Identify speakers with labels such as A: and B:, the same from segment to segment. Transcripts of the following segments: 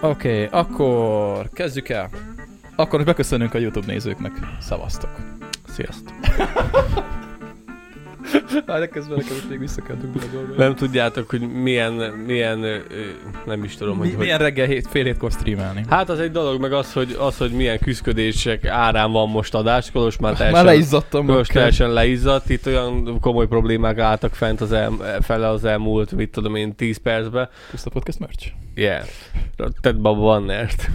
A: Oké, okay, akkor kezdjük el. Akkor beköszönünk a YouTube nézőknek. Szavaztok.
B: Sziasztok.
A: Hát de közben nekem itt még vissza kell dugni a dolgot.
B: Nem tudjátok, hogy milyen, milyen, ö, ö, nem is tudom, hogy,
A: Mi,
B: hogy
A: milyen reggel hét, fél hétkor streamelni?
B: Hát az egy dolog, meg az, hogy, az, hogy milyen küzdködések árán van most adás, Kolos már teljesen,
A: Már leizzadtam.
B: Kolos
A: akkor.
B: teljesen leizzadt, itt olyan komoly problémák álltak fent az el, fele az elmúlt, mit tudom én, 10 percben.
A: Puszta podcast merch?
B: Yeah. Tedd be a bannert.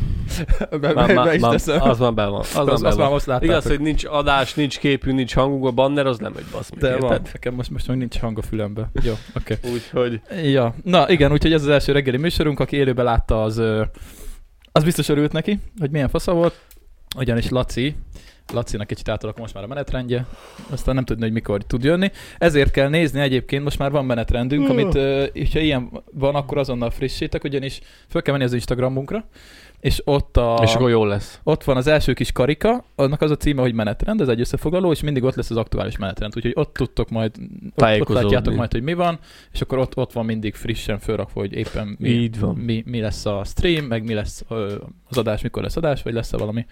A: Be, be, be is
B: az
A: teszem.
B: már be van. Az,
A: Azt,
B: már be
A: azt már
B: van.
A: most láttátok.
B: Igaz, hogy nincs adás, nincs képünk, nincs hangunk, a banner az nem egy basz meg,
A: De van.
B: érted?
A: Nekem most, most még nincs hang a fülembe. Jó, oké.
B: Úgyhogy
A: Ja, na igen, úgyhogy ez az első reggeli műsorunk, aki élőben látta, az, ö, az biztos örült neki, hogy milyen fasza volt, ugyanis Laci, Lacinak kicsit átalakult most már a menetrendje, aztán nem tudni, hogy mikor tud jönni. Ezért kell nézni egyébként, most már van menetrendünk, amit, ö, és ha ilyen van, akkor azonnal frissítek, ugyanis föl kell menni az Instagramunkra, és ott a...
B: És akkor jó lesz.
A: Ott van az első kis karika, annak az a címe, hogy menetrend, ez egy összefoglaló, és mindig ott lesz az aktuális menetrend, úgyhogy ott tudtok majd, ott, ott
B: Tájékozódni.
A: látjátok majd, hogy mi van, és akkor ott, ott van mindig frissen fölrakva, hogy éppen mi,
B: Így van.
A: Mi, mi lesz a stream, meg mi lesz ö, az adás, mikor lesz adás, vagy lesz-e valami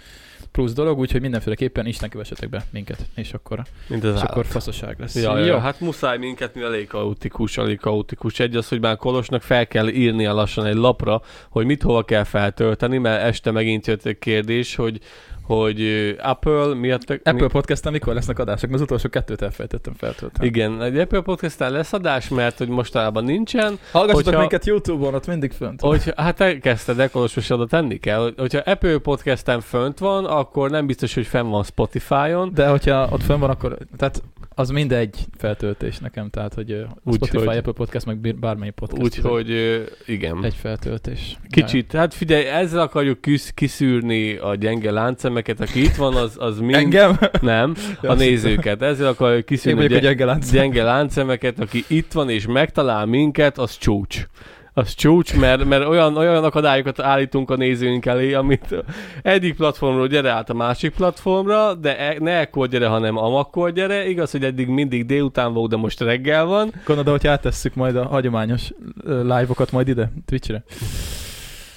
A: plusz dolog, úgyhogy mindenféleképpen Isten kövessetek be minket, és akkor,
B: Mint az
A: és
B: állat.
A: akkor faszaság lesz.
B: Ja, ja, ja, hát muszáj minket, mi elég kaotikus, elég kaotikus. Egy az, hogy már Kolosnak fel kell írnia lassan egy lapra, hogy mit hova kell feltölteni, mert este megint jött egy kérdés, hogy, hogy ö, Apple miatt...
A: Apple podcast mikor lesznek adások? Mert az utolsó kettőt elfelejtettem feltölteni.
B: igen, egy Apple podcast lesz adás, mert hogy mostanában nincsen.
A: Hallgassatok
B: Hogyha-
A: minket Youtube-on, ott mindig fönt.
B: Hogy, hát te kezdted, de Kolos most oda tenni kell. Hogy- Hogyha Apple podcasten fönt van, akkor nem biztos, hogy fenn van Spotify-on.
A: De hogyha ott fönn van, akkor tehát az mindegy feltöltés nekem, tehát hogy ö,
B: Úgy,
A: Spotify,
B: hogy-
A: Apple Podcast, meg bir- bármely podcast.
B: Úgyhogy ö, igen.
A: Egy feltöltés.
B: Kicsit, hát figyelj, ezzel akarjuk küsz, kiszűrni a gyenge láncemeket, aki itt van, az, az mind...
A: Ja. Engem?
B: Nem, a nézőket. Ezzel akarjuk
A: Én
B: kiszűrni a
A: vagyok a
B: gyenge,
A: gyenge lánc.
B: gyenge láncemeket, aki itt van és megtalál minket, az csúcs. Az csúcs, mert, mert olyan, olyan akadályokat állítunk a nézőink elé, amit egyik platformról gyere át a másik platformra, de e, ne ekkor gyere, hanem amakkor gyere. Igaz, hogy eddig mindig délután volt, de most reggel van.
A: Gondolod, hogy átesszük majd a hagyományos ö, live-okat majd ide, Twitchre.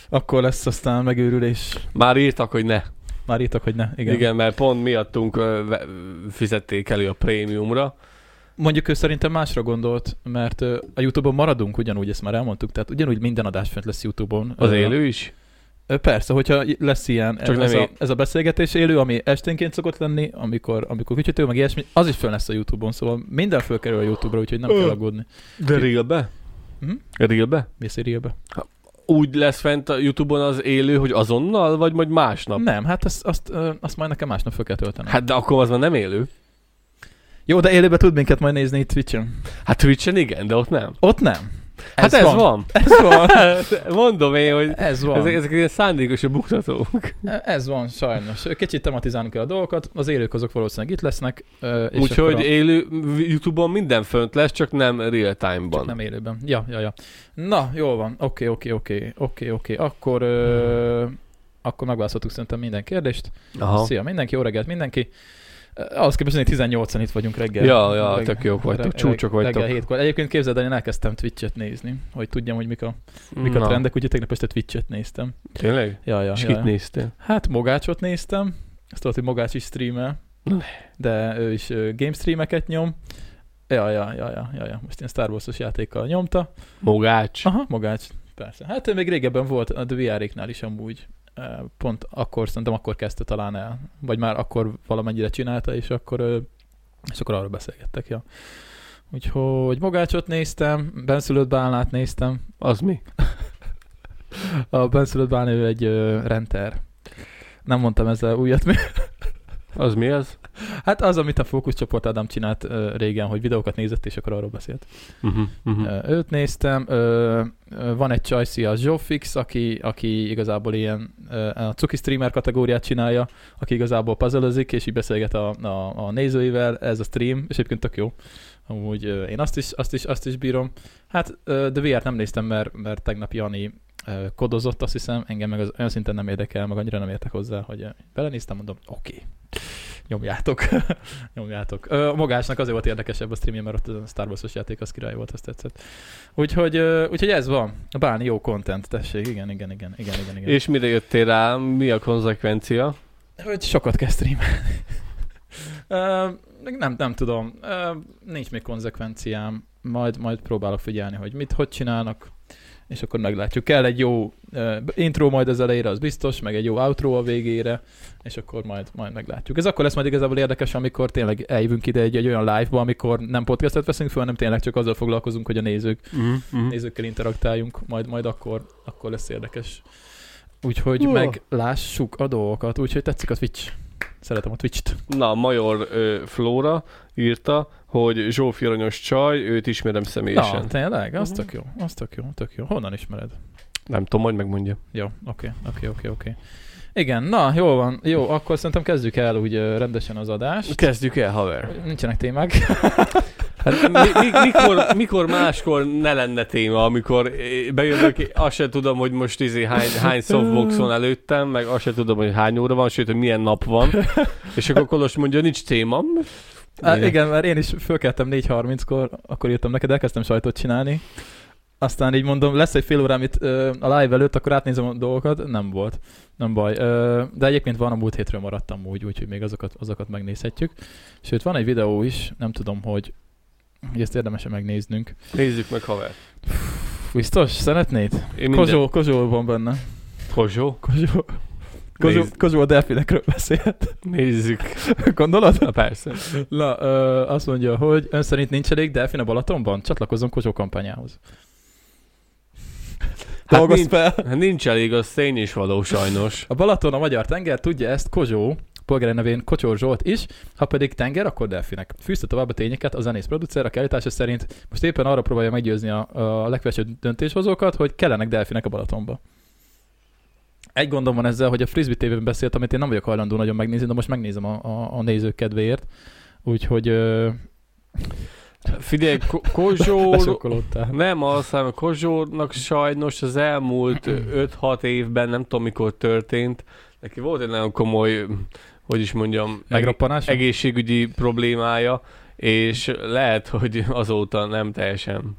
A: Akkor lesz aztán megőrülés.
B: Már írtak, hogy ne.
A: Már írtak, hogy ne. Igen.
B: Igen, Igen mert pont miattunk ö, ve- fizették elő a prémiumra.
A: Mondjuk ő szerintem másra gondolt, mert ö, a YouTube-on maradunk ugyanúgy, ezt már elmondtuk, tehát ugyanúgy minden adás fent lesz YouTube-on.
B: Az
A: Ö,
B: élő is?
A: Ö, Persze, hogyha i- lesz ilyen,
B: Csak
A: Csak
B: nem
A: ez, a,
B: én.
A: ez a beszélgetés élő, ami esténként szokott lenni, amikor, amikor kütyötő, meg ilyesmi, az is föl lesz a Youtube-on, szóval minden fölkerül a Youtube-ra, úgyhogy nem
B: Ö.
A: kell aggódni.
B: De rilbe?
A: Mhm.
B: Rilbe?
A: Mész élőbe.
B: Úgy lesz fent a Youtube-on az élő, hogy azonnal, vagy majd másnap?
A: Nem, hát azt, azt, ö, azt majd nekem másnap föl kell töltenem. Hát.
B: Hát de akkor az már nem élő.
A: Jó, de élőbe tud minket majd nézni itt Twitch-en.
B: Hát Twitch-en igen, de ott nem.
A: Ott nem.
B: Hát ez, van. Hát,
A: Ez van.
B: Mondom én, hogy
A: Ez van.
B: ezek, ezek ilyen szándékos a buktatók.
A: Ez van, sajnos. Kicsit tematizálni kell a dolgokat, az élők azok valószínűleg itt lesznek. ö, és
B: Úgyhogy
A: akkor a-
B: élő Youtube-on minden fönt lesz, csak nem real time-ban.
A: Csak nem élőben. Ja, ja, ja. Na, jól van. Oké, oké, oké, oké, oké. Akkor, ö, akkor megválaszoltuk szerintem minden kérdést.
B: Aha.
A: Szia mindenki, jó reggelt mindenki. Ö, Ahhoz képest, hogy 18-an itt vagyunk reggel.
B: Ja, ja, tök jók vagytok, csúcsok vagytok.
A: Reggel hétkor. Egyébként képzeld el, én elkezdtem Twitch-et nézni, hogy tudjam, hogy mik a, mik a
B: Na,
A: trendek. Ugye tegnap este Twitch-et néztem.
B: Tényleg?
A: Ja, ja,
B: És
A: ja,
B: kit
A: ja.
B: néztél?
A: Hát Mogácsot néztem, azt tudod, hogy Mogács is streamel,
B: Ne.
A: de ő is ö, game streameket nyom. Ja, ja, ja, ja, ja, ja. Most ilyen Star Wars-os játékkal nyomta.
B: Mogács.
A: Aha, Mogács, persze. Hát ő még régebben volt a The VR-éknál is amúgy. Ö, Pont akkor, szerintem akkor kezdte talán el. Vagy már akkor valamennyire csinálta, és akkor, ö, és akkor arról beszélgettek, ja. Úgyhogy Mogácsot néztem, Benszülött Bálnát néztem.
B: Az mi?
A: A Benszülött Bálna ő egy ö, renter. Nem mondtam ezzel újat még.
B: Az mi az?
A: Hát az, amit a fókuszcsoport Ádám csinált ö, régen, hogy videókat nézett, és akkor arról beszélt.
B: Uh-huh, uh-huh.
A: Ö, Őt néztem, ö, ö, van egy csajszi, a Zsófix, aki, aki igazából ilyen ö, a cuki streamer kategóriát csinálja, aki igazából puzzlezik, és így beszélget a, a, a nézőivel, ez a stream, és egyébként tök jó. Amúgy ö, én azt is, azt is, azt is bírom. Hát ö, de VR-t nem néztem, mert, mert tegnap Jani ö, kodozott, azt hiszem, engem meg az olyan szinten nem érdekel, meg annyira nem értek hozzá, hogy ö, belenéztem, mondom, oké, okay. nyomjátok, nyomjátok. Ö, magásnak azért volt érdekesebb a streamje, mert ott a Star Wars-os játék az király volt, azt tetszett. Úgyhogy, ö, úgyhogy ez van. A báni jó content, tessék, igen, igen, igen, igen, igen. igen.
B: És mire jöttél rá, mi a konzekvencia?
A: Hogy sokat kezd streamelni. Ö, még nem, nem tudom. Ö, nincs még konzekvenciám. Majd, majd próbálok figyelni, hogy mit, hogy csinálnak, és akkor meglátjuk. Kell egy jó ö, intro majd az elejére, az biztos, meg egy jó outro a végére, és akkor majd, majd meglátjuk. Ez akkor lesz majd igazából érdekes, amikor tényleg eljövünk ide egy, egy olyan live-ba, amikor nem podcastet veszünk föl, hanem tényleg csak azzal foglalkozunk, hogy a nézők,
B: Mm-hmm.
A: nézőkkel interaktáljunk, majd, majd akkor, akkor lesz érdekes. Úgyhogy
B: Jó.
A: meglássuk a dolgokat, úgyhogy tetszik a Twitch. Szeretem a Twitch-t.
B: Na, Major ö, Flóra írta, hogy Zsófi Aranyos csaj, őt ismerem személyesen.
A: Na, tényleg? Az
B: Mhm.
A: tök jó, az tök jó, tök jó. Honnan ismered?
B: Nem tudom, majd megmondja.
A: Jó, oké, oké, oké, oké. Igen, na, jó van, jó, akkor szerintem kezdjük el úgy ö, rendesen az adást.
B: Kezdjük el, haver.
A: Nincsenek témák.
B: Hát mi, mi, mikor, mikor máskor ne lenne téma, amikor eh, bejövök, azt sem tudom, hogy most izé hány, hány softbox van előttem, meg azt sem tudom, hogy hány óra van, sőt, hogy milyen nap van. És akkor Kolos mondja, nincs téma.
A: Hát igen, mert én is fölkeltem 4.30-kor, akkor írtam neked, elkezdtem sajtot csinálni. Aztán így mondom, lesz egy fél órám itt ö, a live előtt, akkor átnézem a dolgokat. Nem volt, nem baj. Ö, de egyébként van a múlt hétről maradtam úgy, úgyhogy még azokat, azokat megnézhetjük. Sőt, van egy videó is, nem tudom, hogy, hogy ezt érdemes megnéznünk.
B: Nézzük meg, haver.
A: Biztos? Szeretnéd?
B: Én minden-
A: Kozsó, Kozsó van benne.
B: Kozsó.
A: Kozsó. Kozsó,
B: Nézd.
A: Kozsó a delfinekről beszélt,
B: Nézzük.
A: gondolod?
B: Na persze.
A: Na, ö, azt mondja, hogy ön szerint nincs elég delfin a Balatonban? Csatlakozzon Kozsó kampányához.
B: Hát
A: Dolgozz
B: nincs.
A: fel!
B: Hát nincs elég, az tény is való sajnos.
A: A Balaton a magyar tenger, tudja ezt Kozsó, polgári nevén Kocsor Zsolt is, ha pedig tenger, akkor delfinek. Fűzte tovább a tényeket a zenész producer, aki állítása szerint most éppen arra próbálja meggyőzni a, a legfelsőbb döntéshozókat, hogy kellenek delfinek a Balatonba. Egy gondom van ezzel, hogy a Frisbee tévében beszélt, amit én nem vagyok hajlandó nagyon megnézni, de most megnézem a, a, a nézők kedvéért. Úgyhogy ö,
B: Figyelj, Ko- Kozsó...
A: lesokkolódtál.
B: Nem az, hanem a Kozsórnak sajnos az elmúlt 5-6 évben, nem tudom mikor történt, neki volt egy nagyon komoly, hogy is mondjam, eg-
A: Megroppanás?
B: egészségügyi problémája, és lehet, hogy azóta nem teljesen,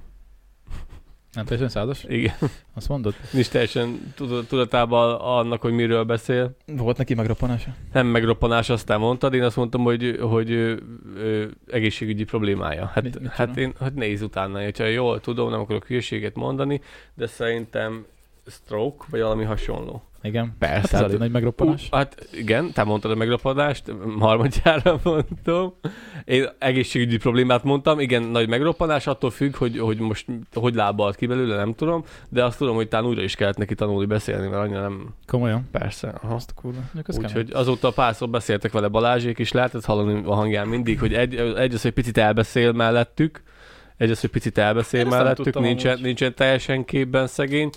A: nem teljesen százas?
B: igen,
A: Azt mondod?
B: nincs teljesen tud- tudatában annak, hogy miről beszél.
A: Volt neki megroppanása?
B: Nem megroppanás, aztán mondtad, én azt mondtam, hogy, hogy ö, ö, egészségügyi problémája. Hát,
A: Mit- mit
B: hát
A: tudom?
B: én hát nézz utána, hogyha jól tudom, nem akarok hülyeséget mondani, de szerintem stroke, vagy valami hasonló.
A: Igen. Hát
B: Persze.
A: ez
B: Hát,
A: elég nagy megroppanás.
B: Ú, hát igen, te mondtad a megroppanást, harmadjára mondtam. Én egészségügyi problémát mondtam, igen, nagy megroppanás, attól függ, hogy, hogy most hogy lábbalt ki belőle, nem tudom, de azt tudom, hogy talán újra is kellett neki tanulni beszélni, mert annyira nem,
A: Komolyan.
B: persze. Aha.
A: Azt a kurva. Mondjuk ez kemény.
B: Úgyhogy azóta párszor beszéltek vele Balázsék, és lehetett hallani a hangján mindig, hogy egy, egy az, hogy picit elbeszél mellettük, egy az, hogy picit elbeszél
A: Én ezt nem
B: mellettük,
A: tudtam
B: nincsen,
A: amúgy.
B: nincsen teljesen képben szegény,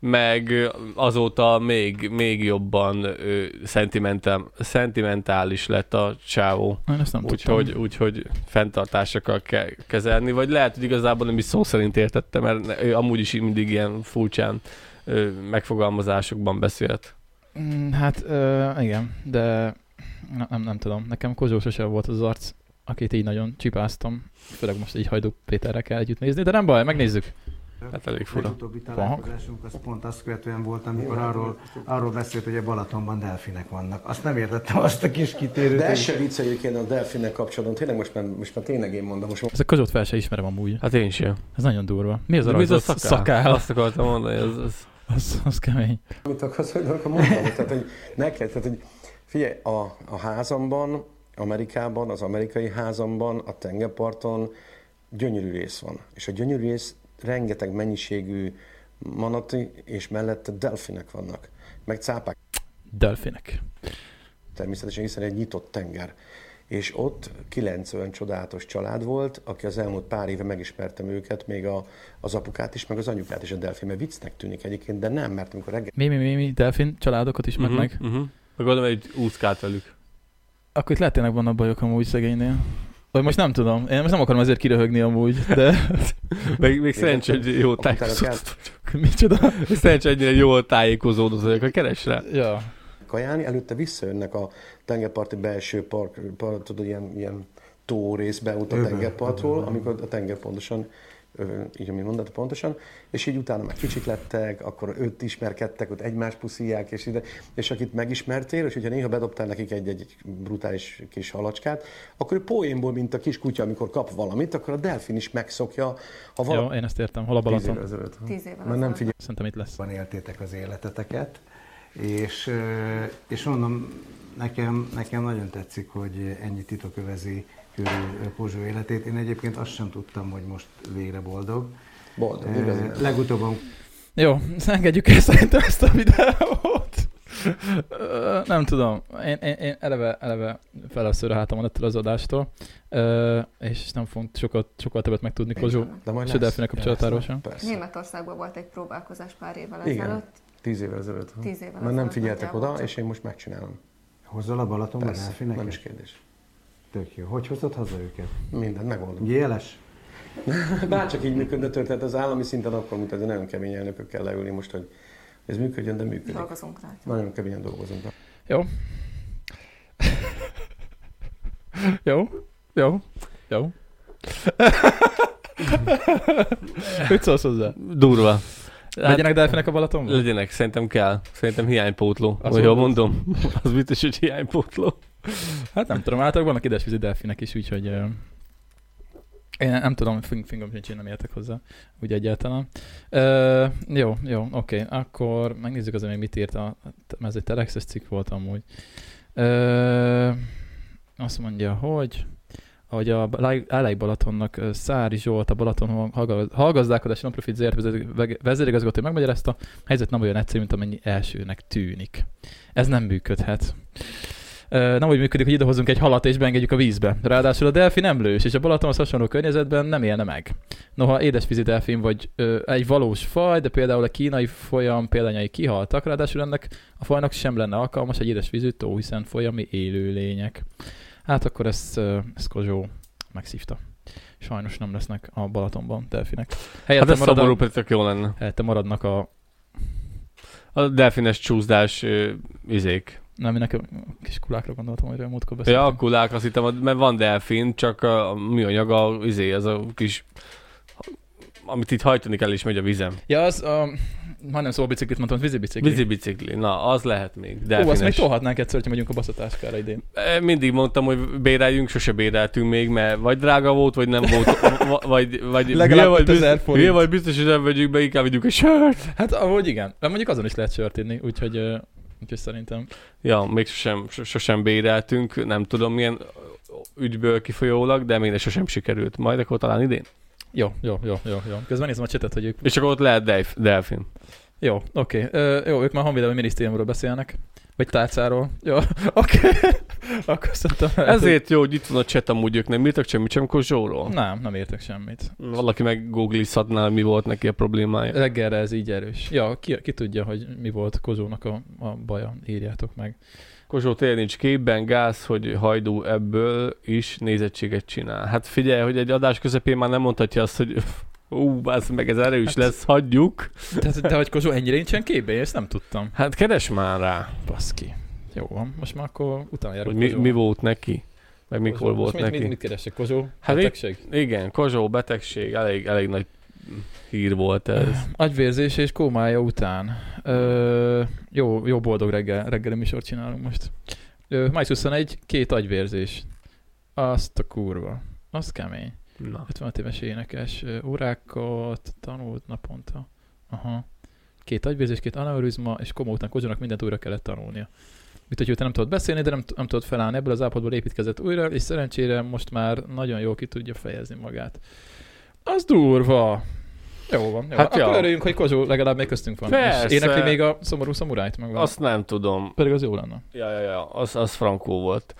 B: meg ö, azóta még, még jobban ö, szentimentál, szentimentális lett a csávó.
A: Én ezt nem tudtam.
B: Úgyhogy úgyhogy fenntartásokkal kell kezelni, vagy lehet, hogy igazából nem is szó szerint értette, mert ne- ő amúgy is mindig ilyen furcsán ö, megfogalmazásokban beszélt.
A: Mm, Hát ö, igen, de na, nem, nem tudom. Nekem Kozsó sose volt az arc, akit így nagyon csipáztam. Főleg most így Hajdú Péterre kell együtt nézni, de nem baj, megnézzük.
B: Hát elég fura.
C: Legutóbbi találkozásunk az pont azt követően volt, amikor arról, arról beszélt, hogy a Balatonban delfinek vannak. Azt nem értettem, azt a kis kitérőt.
D: De ez se vicc egyébként a delfinnel kapcsolatban. Tényleg most már, most már tényleg én mondom. Most
A: Ez a Kozsót fel se ismerem amúgy.
B: Hát én sem.
A: Ez nagyon durva. Mi az a
B: De mi az a
A: rajzolt
B: szakál?
A: szakál?
B: Azt akartam mondani, ez, ez.
A: Az, az kemény.
D: amit akarsz, hogy akkor mondtam. Tehát, hogy neked, tehát, hogy figyelj, a, a házamban, Amerikában, az amerikai házamban, a tengerparton gyönyörű rész van. És a gyönyörű rész rengeteg mennyiségű manati, és mellette delfinek vannak. Meg cápák
A: Delfinek.
D: természetesen, hiszen egy nyitott tenger. És ott kilenc olyan csodálatos család volt, aki az elmúlt pár éve megismertem őket, még a, az apukát is, meg az anyukát is a delfin, mert viccnek tűnik egyébként, de nem, mert amikor reggel
A: Mi, mi, mi, mi, delfin családokat ismer
B: Mhm,
A: meg.
B: mhm. Meg gondolom, hogy úszkált velük.
A: Akkor itt lehet tényleg vannak bajok amúgy szegénynél. Vagy most nem tudom. Én most nem akarom ezért kiröhögni amúgy, de
B: Meg még szerencsé, hogy jó
D: Akkor utána
B: tájékozott.
A: Micsoda?
B: Szerencsé ennyire jól tájékozódott vagyok, hogy keres rá.
A: Ja.
D: kajálni, előtte visszajönnek a tengerparti belső park, park tudod, ilyen, ilyen tó rész beút a
C: Öböl,
D: tengerpartról,
C: öböl,
D: amikor a tenger pontosan ö, így, amit mondtad pontosan, és így utána már kicsik lettek, akkor őt ismerkedtek, ott egymás puszíják, és ide, és akit megismertél, és hogyha néha bedobtál nekik egy-egy brutális kis halacskát, akkor ő poénból, mint a kis kutya, amikor kap valamit, akkor a delfin is megszokja, ha valami...
A: Jó, én ezt értem. Hol a
D: Tíz évvel
A: Balaton?
D: ezelőtt, ha?
E: Tíz évvel
D: Már nem
E: ezelőtt.
D: figyel.
A: Szerintem itt lesz.
C: Ban éltétek az életeteket, és, ö, és mondom, nekem, nekem nagyon tetszik, hogy ennyi titok övezi körül Pozsó életét. Én egyébként azt sem tudtam, hogy most végre boldog.
D: Boldog,
C: Ö,
D: igazi.
C: Legutóbb a
A: Jó, engedjük el szerintem ezt a videót. Ö, Nem tudom, én, én, én eleve, eleve felelszőre hátam ettől az adástól, Ö, és nem fogunk sokat, sokkal többet megtudni Kozsó
D: De majd
A: és a
D: lesz.
A: delfinek kapcsolatáról sem.
D: Persze.
E: Németországban volt egy próbálkozás pár évvel
D: Igen.
E: ezelőtt.
D: Tíz évvel ezelőtt. ha?
E: Tíz évvel
D: Már nem
E: ezelőtt
D: figyeltek
E: nagyjából
D: oda,
E: csak.
D: és én most megcsinálom.
C: hozzal a Balatonban
D: Persze,
C: elfinek?
D: nem is kérdés.
C: Tök jó. Hogy hozott haza őket?
D: Mindent megoldom.
C: Jéles?
D: Bárcsak így működne történet, az állami szinten akkor, mint az nagyon kemény elnökökkel leülni most, hogy ez működjön, de működik.
E: Dolgozunk rá.
D: Nagyon keményen dolgozunk. rá.
A: Jó. Jó. Jó. Jó. Mit szólsz hozzá?
B: Durva. Hát,
A: Legyenek delfinek a Balatonban?
B: legyenek, szerintem kell. Szerintem hiánypótló.
A: Azt
B: Vagy jól
A: mondod?
B: mondom, az biztos, hogy hiánypótló.
A: Hát nem tudom, általában vannak idesvízi delfinek is, úgyhogy ö, én nem tudom, fing- fingom sincs, én nem értek hozzá, úgy egyáltalán. Ö, jó, jó, oké, akkor megnézzük azért még mit írt, a, ez egy telexes cikk volt amúgy. Ö, azt mondja, hogy hogy a Állai Balatonnak ö, Szári Zsolt, a Balaton hallga- hallgazdálkodási nonprofit ZRT vezér- vezérigazgató megmagyarázta, a helyzet nem olyan egyszerű, mint amennyi elsőnek tűnik. Ez nem működhet. Ö, nem úgy működik, hogy idehozunk egy halat és beengedjük a vízbe. Ráadásul a delfi nem lős, és a Balatonhoz hasonló környezetben nem élne meg. Noha édesvízi delfin vagy ö, egy valós faj, de például a kínai folyam példányai kihaltak, ráadásul ennek a fajnak sem lenne alkalmas egy édesvízű tó, hiszen folyami élőlények. Hát akkor ezt, ö, ezt Kozsó megszívta. Sajnos nem lesznek a Balatonban delfinek.
B: Hát
A: Helyette, hát
B: ez
A: marad
B: szomorú,
A: a,
B: pedig tök jó lenne.
A: helyette maradnak a...
B: A delfines csúszdás ö, izék.
A: Nem, én nekem kis kulákra gondoltam, hogy a múltkor
B: Ja,
A: beszéltünk.
B: a kulák, azt hittem, hogy- mert van delfin, csak a műanyag, a, izé, az a kis amit itt hajtani kell, és megy a vizem.
A: Ja, az, um, majdnem szóbiciklit mondtam, az vízibicikli.
B: Bicikli. bicikli. Na, az lehet még.
A: Ó, azt még
B: Delfines.
A: tolhatnánk egyszer, hogyha megyünk a baszatáskára idén.
B: E, Mindig mondtam, hogy béreljünk, sose béreltünk még, mert vagy drága volt, vagy nem volt, va- vagy, vagy,
A: Legalább
B: hülye vagy
A: 5000
B: biztos,
A: forint.
B: hülye vagy biztos, hogy nem vegyük be, inkább vegyük egy sört.
A: Hát ahogy igen, de mondjuk azon is lehet sört inni, úgyhogy, ö, úgyhogy szerintem.
B: Ja, még sosem, so- sosem béreltünk, nem tudom milyen ügyből kifolyólag, de még ne sosem sikerült. Majd akkor talán idén.
A: Jó, jó, jó, jó, jó. Közben nézem a csetet, hogy ők...
B: És akkor ott lehet delf- delfin.
A: Jó, oké. Okay. Jó, ők már honvédelmi minisztériumról beszélnek. Vagy tárcáról. Jó, oké. Akkor szerintem... lehet, Hát, hogy-
B: Ezért jó, hogy itt van a chat amúgy, ők nem írtak semmit sem Kozsóról.
A: Nem, nem értek semmit.
B: Valaki meg googlizhatná, mi volt neki a problémája.
A: Reggelre ez így erős. Ja, ki, ki tudja, hogy mi volt Kozónak a, a baja. Írjátok meg.
B: Kozsó tényleg nincs képben, gáz, hogy Hajdú ebből is nézettséget csinál. Hát figyelj, hogy egy adás közepén már nem mondhatja azt, hogy ú, bász meg, ez
A: Hát-
B: erős lesz, hagyjuk.
A: Tehát, de hogy Kozó ennyire nincsen képben, én ezt nem tudtam.
B: Hát keres már rá,
A: Baszki. Jó van, most már akkor utána járunk
B: hogy mi,
A: Kozsóval.
B: mi volt neki, meg mikor
A: Kozsó.
B: volt
A: Most
B: neki.
A: Mit, mit, mit keresek, Kozsó?
B: Hát
A: Hát
B: mi-
A: Betegség?
B: Igen, Kozsó betegség, elég, elég nagy hír volt ez.
A: Agyvérzés és kómája után. Ö, jó, jó boldog reggel, reggeli műsort csinálunk most. Ö, május 21, két agyvérzés. Azt a kurva. Az kemény.
B: Na.
A: 55 éves énekes. Ö, Órákat tanult naponta. Aha. Két agyvérzés, két aneurizma, és koma után Kozsónak mindent újra kellett tanulnia. Mint hogy utána nem tudott beszélni, de nem, t- nem tudott felállni ebből az állapotból építkezett újra, és szerencsére most már nagyon jól ki tudja fejezni magát. Az durva! Jó van, jó.
B: Hát
A: Hát Akkor
B: jó.
A: örüljünk, hogy Kozsó legalább még köztünk van.
B: Persze.
A: És énekli még a szomorú szamurájt meg. Azt...
B: Azt nem tudom.
A: Pedig az jó lenne.
B: Ja, ja, ja, az, az frankó volt.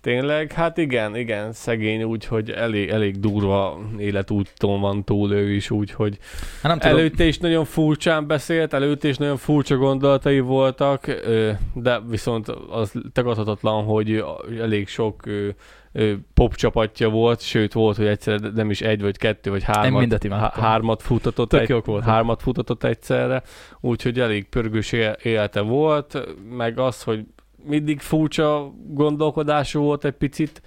B: Tényleg, hát igen, igen, szegény úgy, hogy elég, elég durva életúton van túl ő is, úgyhogy
A: Hát nem tudom,
B: előtte is nagyon furcsán beszélt, előtte is nagyon furcsa gondolatai voltak, ö, de viszont az tagadhatatlan, hogy ö, elég sok ö, ö, pop csapatja volt, sőt volt, hogy egyszer nem is egy, vagy kettő, vagy hármat,
A: mindet imádtam.
B: há- hármat futatott
A: Tök
B: egy-
A: jók voltak.
B: hármat futatott egyszerre, úgyhogy elég pörgős él- élete volt, meg az, hogy mindig furcsa gondolkodású volt egy picit,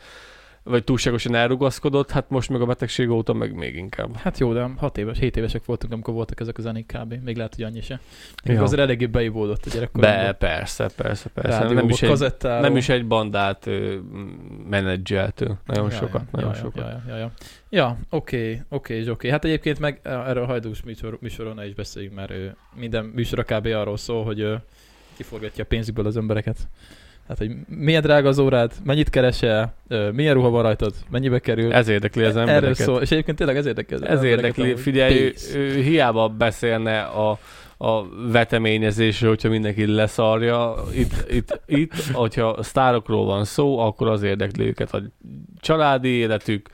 B: vagy túlságosan elrugaszkodott, hát most meg a betegség óta meg még inkább.
A: Hát jó, de 6 éves, 7 évesek voltunk, amikor voltak ezek a zenék kb. Még lehet, hogy annyi se.
B: Ja.
A: Ja. Azért eléggé beivódott a
B: Be,
A: gyerekkoromban.
B: persze, persze, persze.
A: Rádióba,
B: Nem is, egy,
A: kazettáról.
B: nem is egy bandát ö, menedzselt ő. Nagyon
A: Ja,
B: sokat,
A: ja,
B: nagyon
A: ja,
B: sokat.
A: Ja, ja, ja, ja. ja oké, oké, és oké. Hát egyébként meg eh, erről a hajdús műsor, műsoron ne is beszéljünk, mert ő, minden műsor a kb. arról szól, hogy ő, kiforgatja a pénzükből az embereket. Hát, hogy milyen drága az órád, mennyit keresel, ö, milyen ruha van rajtad, mennyibe kerül.
B: Ez érdekli az embereket.
A: E- Erről szól, és egyébként tényleg ez érdekli. az
B: Ez
A: embereket,
B: érdekli,
A: ahogy
B: figyelj, ő,
A: pénz.
B: ő hiába beszélne a, a veteményezésről, hogyha mindenki leszarja. Itt, itt, itt, hogyha sztárokról van szó, akkor az érdekli őket a családi életük,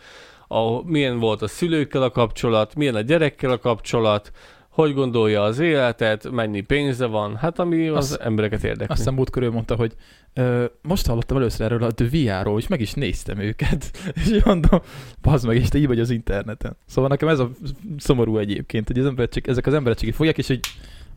B: a, milyen volt a szülőkkel a kapcsolat, milyen a gyerekkel a kapcsolat, hogy gondolja az életet, mennyi pénze van, hát ami az,
A: Azt-
B: embereket érdekli.
A: Azt hiszem múlt körül mondta, hogy ö, most hallottam először erről a The VR-ról, és meg is néztem őket. És így mondom, bazd meg, és te így vagy az interneten. Szóval nekem ez a szomorú egyébként, hogy az ember csak, ezek az emberek csak így fogják, és így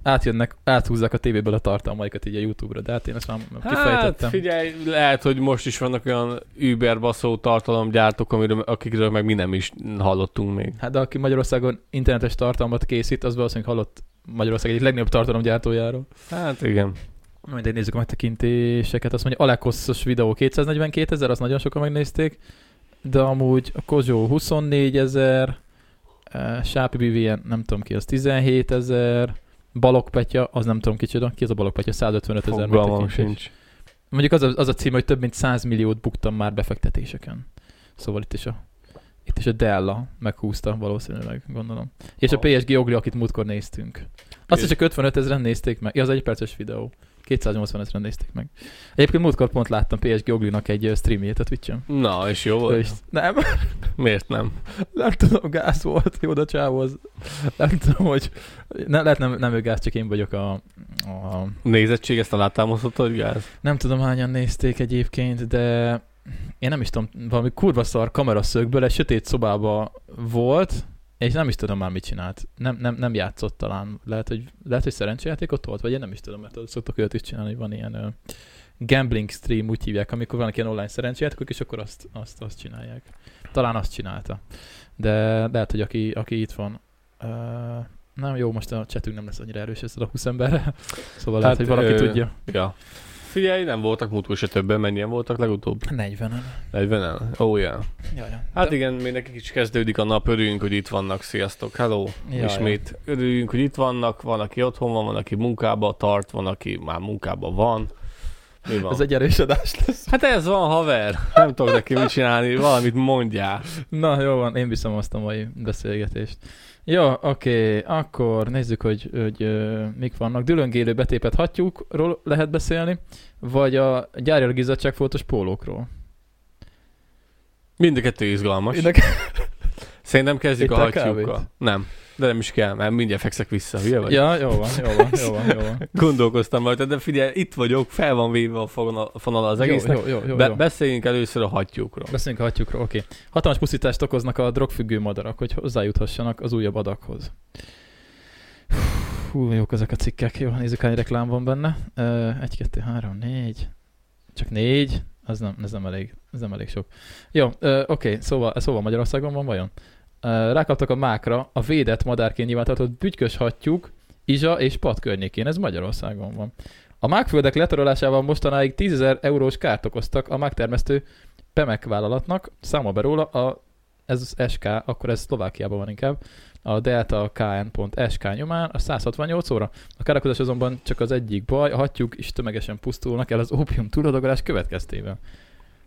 A: átjönnek, áthúzzák a tévéből a tartalmaikat így a YouTube-ra, de hát én ezt már
B: Hát
A: kifejtettem.
B: figyelj, lehet, hogy most is vannak olyan Uber baszó tartalomgyártók, amiről, akikről meg mi nem is hallottunk még.
A: Hát de aki Magyarországon internetes tartalmat készít, az valószínűleg hallott Magyarország egyik legnagyobb tartalomgyártójáról.
B: Hát igen.
A: Na Mindegy, nézzük a megtekintéseket. Azt mondja, Alekoszos videó 242 ezer, azt nagyon sokan megnézték, de amúgy a Kozsó 24 ezer, eh, Sápi Bivien, nem tudom ki, az 17 ezer, Balog Petya, az nem tudom kicsoda, ki az a Balog Petya, 155 ezer
B: Fogalmam
A: megtekintés.
B: sincs.
A: Mondjuk az a, az a cím, hogy több mint 100 milliót buktam már befektetéseken. Szóval itt is a itt is a Della meghúzta valószínűleg, gondolom. És a
B: Ah.
A: PSG Ogli, akit múltkor néztünk. Azt is
B: És-
A: csak 55 ezeren nézték meg. Ja, az egy perces videó. 280 ezeren nézték meg. Egyébként múltkor pont láttam PSG Oglinak egy ö, streamjét a Twitch-en.
B: Na, és jó
A: Ő
B: volt.
A: is- Nem,
B: Miért nem?
A: nem tudom, gáz volt, jó, de csávóz. Nem tudom, hogy... Ne, lehet nem, nem ő gáz, csak én vagyok a, a
B: Nézettség ezt alátámasztotta, hogy gáz?
A: nem tudom hányan nézték egyébként, de én nem is tudom, valami kurva szar kameraszögből egy sötét szobába volt, és nem is tudom már mit csinált. Nem, nem, nem játszott talán. Lehet, hogy, lehet, hogy szerencsejátékot volt, vagy én nem is tudom, mert ott szoktak olyat is csinálni, hogy van ilyen ö, gambling stream, úgy hívják, amikor vannak ilyen online szerencsejátékok, és akkor azt, azt, azt csinálják. Talán azt csinálta. De lehet, hogy aki, aki itt van, ö, nem jó, most a chatünk nem lesz annyira erős ezzel a 20 emberrel, szóval lehet,
B: Hát,
A: hogy valaki
B: ö,
A: tudja.
B: Ja. Figyelj, nem voltak múltkor se többen, mennyien voltak legutóbb?
A: 40-en.
B: 40 Ó, oh, yeah.
A: Ja, ja.
B: Hát
A: De-
B: igen, még nekik is kezdődik a nap, örüljünk, hogy itt vannak, sziasztok, hello,
A: Ja,
B: ja,
A: ja.
B: ismét. Ja. Örüljünk, hogy itt vannak, van, aki otthon van, van, aki munkába tart, van, aki már munkába van. Mi van?
A: Ez egy erős adás lesz.
B: Hát ez van, haver. Nem tudok neki mit csinálni, valamit mondjál.
A: Na, jó van, én viszem azt a mai beszélgetést. Jó, oké, akkor nézzük, hogy, hogy ö, mik vannak. Dülöngélő betépet hattyúkról lehet beszélni, vagy a gyárilag izzadságfoltos pólókról.
B: Mind a kettő izgalmas.
A: Ennek-
B: Szerintem kezdjük
A: Itt
B: a
A: a
B: hattyúkkal.
A: kávét?
B: Nem, de nem is kell, mert mindjárt fekszek vissza, hülye vagy?
A: Ja, jó van, jó van, jó van, jó van.
B: Gondolkoztam rajta, de figyelj, itt vagyok, fel van véve a fona- fonala az egésznek.
A: Jó, jó, jó, jó,
B: Be-
A: jó.
B: beszéljünk először a hattyúkról.
A: Beszéljünk a hattyúkról, oké. Hatalmas pusztítást okoznak a drogfüggő madarak, hogy hozzájuthassanak az újabb adaghoz. Hú, jók ezek a cikkek. Jó, nézzük, hány reklám van benne. Ö, Egy, kettő, három, négy. Csak négy? Az nem, ez nem elég, ez nem elég sok. Jó, ö, oké, szóval, ez hova Magyarországon van vajon? Ö, Rákaptak a mákra a védett madárként nyilvántartott bütykös hattyúk, Izsa és Pat környékén, ez Magyarországon van. A mákföldek letarolásával mostanáig 10.000 eurós kárt okoztak a máktermesztő Pemek vállalatnak, számol be róla, a, ez az SK, akkor ez Szlovákiában van inkább, a Delta KN.SK nyomán, a 168 óra. A károkozás azonban csak az egyik baj, a hattyúk is tömegesen pusztulnak el az ópium túladagolás következtében.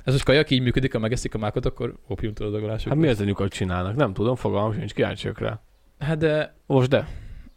A: Ez most kajak így működik, ha megeszik a mákot, akkor ópium túladagolásuk.
B: Hát mi
A: lesz.
B: az anyukat csinálnak? Nem tudom, fogalmam sincs, kíváncsiak rá.
A: Hát de
B: Most de.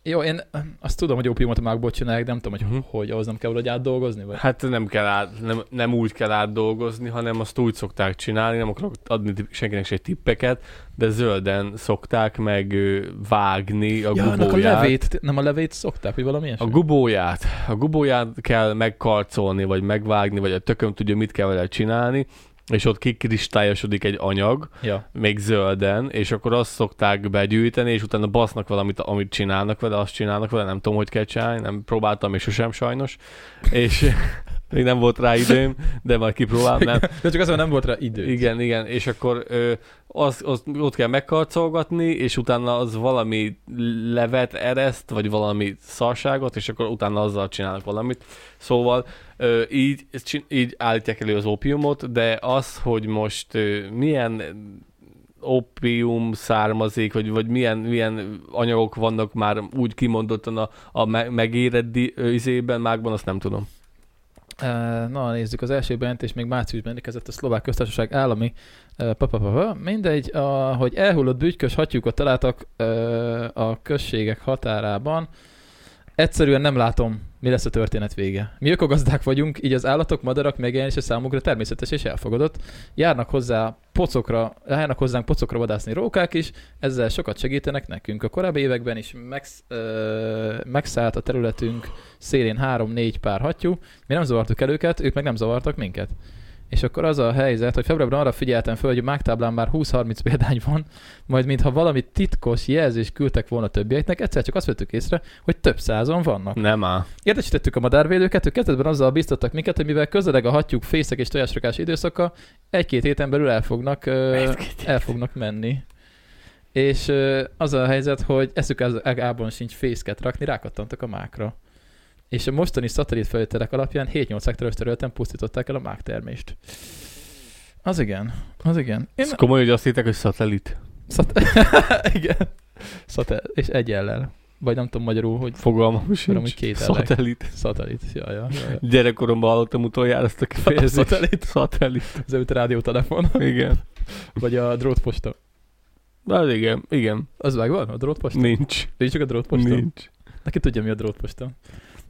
A: Jó, én azt tudom, hogy opiumot a mákból csinálják, de nem tudom, hogy,
B: Mhm.
A: uh-huh. hogy ahhoz nem kell valahogy átdolgozni, vagy
B: Hát nem kell át, nem, nem úgy kell átdolgozni, hanem azt úgy szokták csinálni, nem akarok adni ti- senkinek se tippeket, de zölden szokták meg ö, vágni a
A: ja, annak a
B: gubóját.
A: levét, nem a levét szokták, hogy valami
B: A
A: ilyesmi?
B: gubóját. A gubóját kell megkarcolni, vagy megvágni, vagy a tököm tudja, mit kell vele csinálni, és ott kikristályosodik egy anyag,
A: ja.
B: még zölden, és akkor azt szokták begyűjteni, és utána basznak valamit, amit csinálnak vele, azt csinálnak vele, nem tudom, hogy kell csinálni, nem próbáltam még sosem sajnos, és még nem volt rá időm, de majd kipróbálom, Hát nem.
A: De csak azért nem volt rá idő.
B: Igen, igen, és akkor ö, az, az, ott kell megkarcolgatni, és utána az valami levet ereszt, vagy valami szarságot, és akkor utána azzal csinálnak valamit. Szóval ö, így, ezt csin- így állítják elő az ópiumot, de az, hogy most ö, milyen opium származik, vagy, vagy milyen, milyen anyagok vannak már úgy kimondottan a, a me- megérett di- ö, izében, mákban, azt nem tudom.
A: Ö, Na, nézzük, az első bejelentés még márciusban érkezett a Szlovák Köztársaság állami ö, pa, pa, pa, pa. Mindegy, a, hogy elhullott bütykös hattyúkot találtak ö, a községek határában. Egyszerűen nem látom, mi lesz a történet vége. Mi ökogazdák vagyunk, így az állatok, madarak megjelenése számunkra természetes és elfogadott. Járnak hozzá pocokra, járnak hozzánk pocokra vadászni rókák is, ezzel sokat segítenek nekünk. A korábbi években is megsz, ö, megszállt a területünk szélén 3-4 pár hattyú, mi nem zavartuk el őket, ők meg nem zavartak minket. És akkor az a helyzet, hogy februárban arra figyeltem föl, hogy a mágtáblán már 20-30 példány van, majd mintha valami titkos jelzést küldtek volna többieknek, egyszer csak azt vettük észre, hogy több százon vannak.
B: Nem áll.
A: Értesítettük a madárvédőket, ők kezdetben azzal biztattak minket, hogy mivel közeleg a hattyúk fészek és tojásrakás időszaka, egy-két héten belül el fognak, ö, el fognak menni. És ö, az a helyzet, hogy eszük az ágában sincs fészket rakni, rákattantak a mákra. És a mostani szatellitfelvételek alapján 7-8 hektáros területen pusztították el a mák termést. Az igen, az igen. Én...
B: Ez komoly, hogy azt hittek, hogy szatellit.
A: Szat... igen. Szatel... És egy ellel. Vagy nem tudom magyarul, hogy
B: Fogalmam sincs.
A: hogy két elek.
B: Szatellit.
A: szatellit. Ja, ja, ja, ja.
B: Gyerekkoromban hallottam utoljára ezt a kifejezést.
A: Szatellit.
B: Szatellit.
A: Az előtt rádiótelefon,
B: Igen.
A: vagy a drótposta.
B: Na igen, igen.
A: Az meg van? A drótposta?
B: Nincs.
A: Nincs csak a drótposta?
B: Nincs.
A: Neki tudja, mi a drótposta.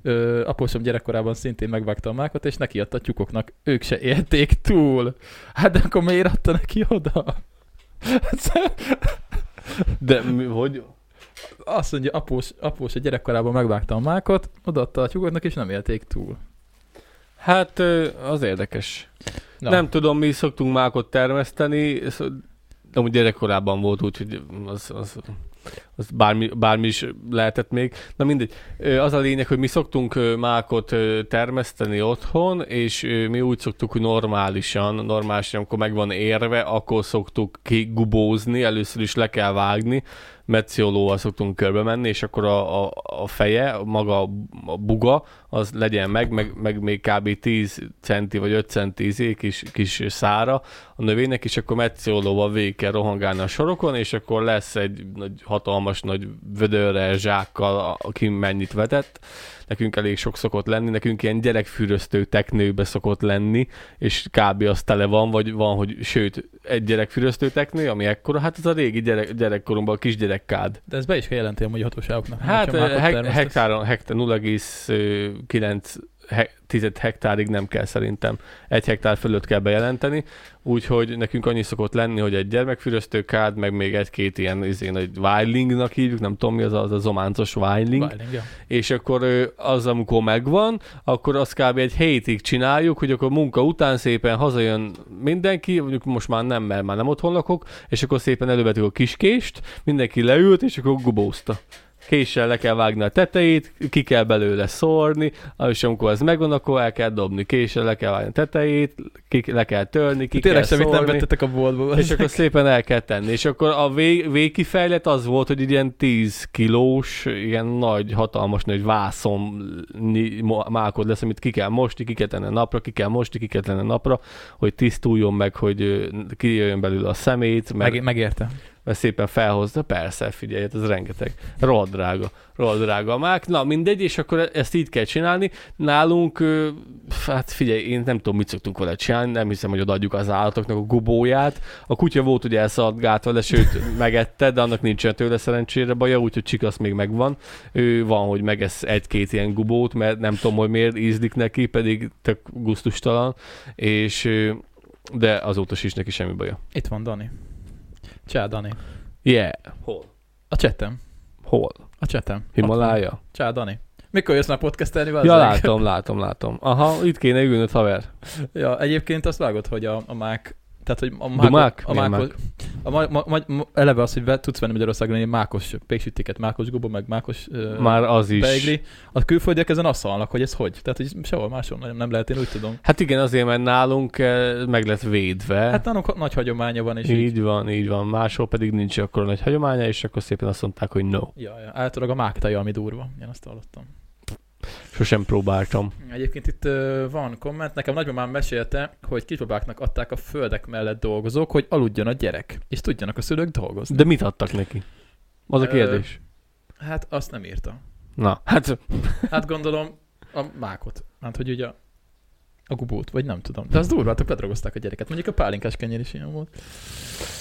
A: Ö, apósom gyerekkorában szintén megvágta a mákot, és neki adta tyúkoknak. Ők se élték túl. Hát de akkor miért adta neki oda?
B: De mi, hogy?
A: Azt mondja, após, após a gyerekkorában megvágta a mákot, odaadta a tyúkoknak, és nem élték túl.
B: Hát ö, az érdekes.
A: Na,
B: Nem tudom, mi szoktunk mákot termeszteni. szó- De amúgy gyerekkorában volt, úgyhogy az, az, az bármi, bármi is lehetett még. Na mindegy. Ö, Az a lényeg, hogy mi szoktunk ö, mákot ö, termeszteni otthon, és ö, mi úgy szoktuk, hogy normálisan, normálisan, amikor meg van érve, akkor szoktuk kigubózni, először is le kell vágni, metszólóval szoktunk körbe menni, és akkor a, a, a feje, maga a buga, az legyen meg, meg, meg még kb. 10 centi vagy 5 centi izé, kis, kis szára a növénynek, és akkor metszólóval végig kell rohangálni a sorokon, és akkor lesz egy nagy, hatalmas nagy vödörre, zsákkal, a- aki mennyit vetett. Nekünk elég sok szokott lenni, nekünk ilyen gyerekfüröztő teknőbe szokott lenni, és kb. az tele van, vagy van, hogy sőt, egy gyerekfüröztő teknő, ami ekkora, hát ez a régi gyerek, gyerekkoromban a kisgyerekkád.
A: de ezt be is kell jelentél hogy a hatóságoknak.
B: Hát
A: hogyha mákot
B: hek-
A: termesztesz.
B: hektáron, hektár eh, 0,9 hek- tized hektárig nem kell szerintem. Egy hektár fölött kell bejelenteni, úgyhogy nekünk annyi szokott lenni, hogy egy gyermekfüröztő kád, meg még egy-két ilyen izé, nagy wirelingnak hívjuk, nem tudom mi az, az a zománcos wireling,
A: Vájling, ja.
B: és akkor ö, az, amikor megvan, akkor azt kb. egy hétig csináljuk, hogy akkor munka után szépen hazajön mindenki, mondjuk most már nem, mert már nem otthon lakok, és akkor szépen elővetük a kiskést, mindenki leült, és akkor gubózta. Késsel le kell vágni a tetejét, ki kell belőle szórni, és amikor ez megvan, akkor el kell dobni. Késsel le kell vágni a tetejét, ki le kell törni, ki
A: Tényleg
B: kell szórni.
A: semmit nem vettetek a boltba.
B: És akkor szépen el kell tenni. És akkor a vég, végkifejlet az volt, hogy egy ilyen 10 kilós, ilyen nagy, hatalmas nagy vászom mákod lesz, amit ki kell mosni, ki kell tenni a napra, ki kell mosni, ki kell tenni a napra, hogy tisztuljon meg, hogy ö, kijöjjön belőle a szemét, meg,
A: Meg, megérte.
B: mert szépen felhozta, persze, figyelj, hát ez rengeteg. Rohadt drága, rohadt drága a mák. Na, mindegy, és akkor ezt így kell csinálni. Nálunk, ö, hát figyelj, én nem tudom, mit szoktunk vele csinálni, nem hiszem, hogy odaadjuk az állatoknak a gubóját. A kutya volt ugye elszaladgált vele, sőt, megette, de annak nincsen tőle szerencsére baja, úgyhogy csikasz még megvan. Ő van, hogy megesz egy-két ilyen gubót, mert nem tudom, hogy miért ízlik neki, pedig tök gusztustalan, és ö, de azóta sincs neki semmi baja.
A: Itt van Dani. Csá, Dani.
B: Yeah. Hol?
A: A csetem.
B: Hol?
A: A csetem. Ott
B: Himalája?
A: van. Csá, Dani. Mikor jössz már podcastelni?
B: Ja,
A: bazzeg?
B: látom, látom, látom. Aha, itt kéne ülnöd, haver.
A: ja, egyébként azt vágod, hogy a, a mák... Tehát, hogy a
B: Dumák?
A: A,
B: Milyen
A: mákos, a ma, ma, ma, ma, eleve az, hogy be, tudsz venni Magyarországon egy mákos péksütiket, mákos guba, meg mákos ö,
B: Már az is.
A: beigli. A külföldiek ezen asszalnak, hogy ez hogy. Tehát, hogy sehol máshol nem, nem lehet, én úgy tudom.
B: Hát igen, azért, mert nálunk eh, meg lett védve.
A: Hát nálunk nagy hagyománya van, és így. így.
B: így van, így van. Máshol pedig nincs akkor nagy hagyománya, és akkor szépen azt mondták, hogy no.
A: Ja, ja, általában a mák teje, ami durva. Én azt hallottam.
B: Sosem próbáltam.
A: Egyébként itt ö, van komment, nekem nagymamám mesélte, hogy kisbabáknak adták a földek mellett dolgozók, hogy aludjon a gyerek, és tudjanak a szülők dolgozni.
B: De mit adtak neki? Az a
A: Ö,
B: kérdés.
A: Hát azt nem írta.
B: Na, hát
A: Hát gondolom a mákot. Hát, hogy ugye a, a gubót, vagy nem tudom. De az durva, hát ők bedrogozták a gyereket. Mondjuk a pálinkás kenyér is ilyen volt.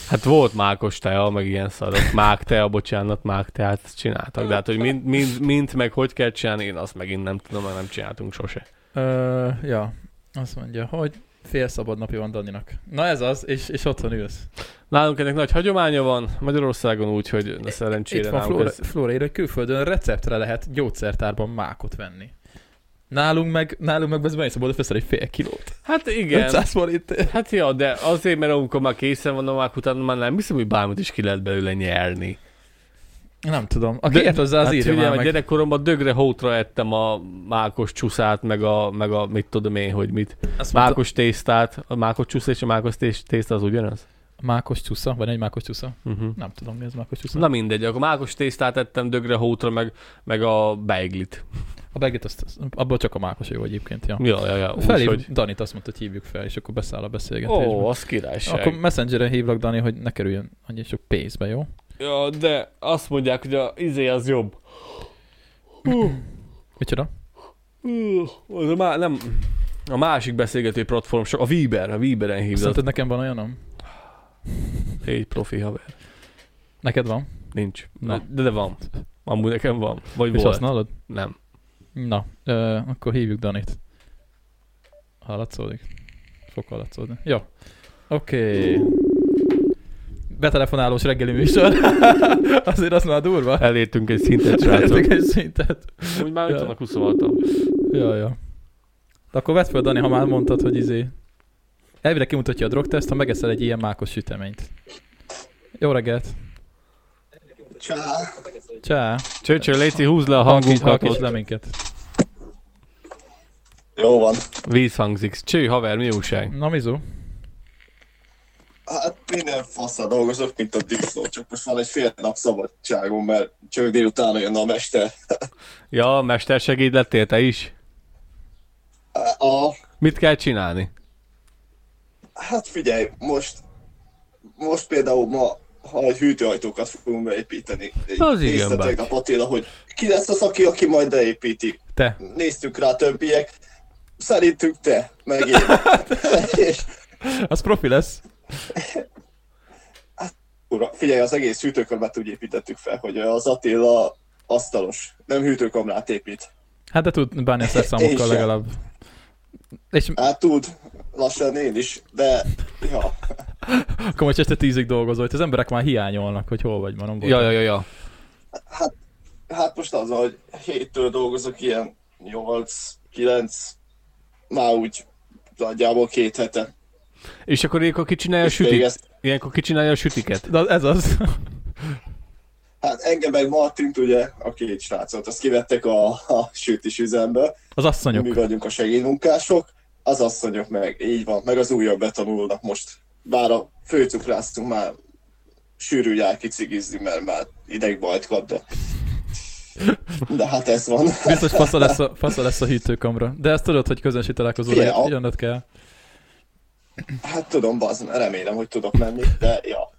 B: Hát volt mákos tea, meg ilyen szarok. Mák tea, bocsánat, mák teát csináltak. De hát, hogy mint, mint, mint meg hogy kell csinálni, én azt megint nem tudom, mert nem csináltunk sose.
A: Ö, ja, azt mondja, hogy fél szabad napja van Daninak. Na ez az, és, és otthon ülsz.
B: Nálunk ennek nagy hagyománya van Magyarországon, úgyhogy na, szerencsére
A: Itt van
B: nálunk
A: Flóra,
B: ez...
A: Flóra írja, hogy külföldön receptre lehet gyógyszertárban mákot venni. Nálunk meg, nálunk meg ez bemész a boltba, veszel egy fél kilót.
B: Hát igen.
A: 500 forint.
B: Hát ja, de azért, mert amikor már készen van a mák utána, már nem hiszem, hogy bármit is ki lehet belőle nyerni.
A: Nem tudom. Aki ért hozzá, az
B: hát
A: írja
B: figyelj,
A: már
B: a
A: meg.
B: gyerekkoromban dögre hótra ettem a mákos csúszát, meg a, meg a mit tudom én, hogy mit.
A: Azt mondta,
B: Mákos tésztát, a mákos csúszá és a mákos tés- tészta az ugyanaz?
A: mákos csúsza, vagy egy mákos csúsza.
B: Uh-huh.
A: Nem tudom, mi az mákos csúsza.
B: Na mindegy, akkor mákos tésztát ettem dögre hótra, meg, meg a beiglit.
A: A begit, azt, azt- abból csak a mákos jó egyébként, ja.
B: Ja, ja, ja.
A: Felhív,
B: Úgyhogy...
A: Danit azt mondta, hogy hívjuk fel, és akkor beszáll a beszélgetésbe.
B: Ó, az királyság.
A: akkor messengeren hívlak, Dani, hogy ne kerüljön annyi sok pénzbe, jó?
B: Ja, de azt mondják, hogy a izé az jobb.
A: Micsoda?
B: Hú, Az a má, nem, a másik beszélgető platform, so- a Viber, a Viberen hívnak.
A: Szerinted nekem van olyanom?
B: Egy profi haver.
A: Neked van?
B: Nincs.
A: Na.
B: De, de van. Amúgy nekem van. Vagy
A: És
B: volt.
A: használod?
B: Nem.
A: Na, ö, akkor hívjuk Danit. Hallatszódik. Fog hallatszódni. Jó. Oké. Okay. Betelefonálós reggeli műsor. Azért az már durva.
B: Elértünk egy szintet, srácok.
A: Elértük egy szintet.
B: Úgy már
A: Ja.
B: 50 26
A: Ja, ja. De akkor vedd fel, Dani, ha már mondtad, hogy izé. Elvileg kimutatja a drogteszt, ha megeszel egy ilyen mákos süteményt. Jó reggelt. Csá. Csá.
B: Csöcsö, Léci, húzd le a
A: Hangis,
B: hangunkat.
A: hangis
B: ott
A: le minket.
F: Jó van.
B: Víz hangzik. Cső, haver, mi újság?
A: Na, Mizu.
F: Hát minden faszra dolgozok, mint a disznó, csak most van egy fél nap szabadságom, mert cső délután jön a mester.
B: Ja, mestersegéd lettél te is?
F: A,
B: Mit kell csinálni?
F: hát figyelj, most, most például ma ha egy hűtőajtókat fogunk beépíteni.
B: Az igen,
F: Nézte
B: bácsi.
F: tegnap Attila, hogy ki lesz az, aki, aki majd beépíti.
A: Te.
F: Néztük rá többiek, szerintünk te, meg én. És
A: Az profi lesz.
F: Ura, figyelj, az egész hűtőkamrát úgy építettük fel, hogy az Attila asztalos, nem hűtőkamrát épít.
A: Hát de tud bánni a szerszámokkal
F: Én sem.
A: legalább. És
F: Hát tud, lassan én is, de ja,
A: akkor most este tízig dolgozol, itt az emberek már hiányolnak, hogy hol vagy ma, nem
B: Ja,
A: voltál.
B: ja, ja, ja.
F: hát most az, hogy héttől dolgozok ilyen 8-9, már úgy nagyjából két hete.
B: És akkor ilyenkor kicsinálja a
F: És még
B: sütit?
F: ezt-
B: Ilyenkor kicsinálja a sütiket?
A: De ez az.
F: Hát engem meg Martint ugye, a két srácot, azt kivettek a, a sütis üzembe,
A: Az
F: mi
A: asszonyok.
F: vagyunk a segédmunkások, az asszonyok meg, így van, meg az újabb betanulnak most. Bár a főcukrásztunk már sűrű jár kicigizni, mert már idegbajt kap, de... De hát ez van.
A: Biztos fasza lesz a, fasza lesz a hűtőkamra. De ezt tudod, hogy közönsi találkozóra
F: Figyelj, a-
A: jönnöd kell.
F: Hát tudom, bazd, remélem, hogy tudok menni, de ja.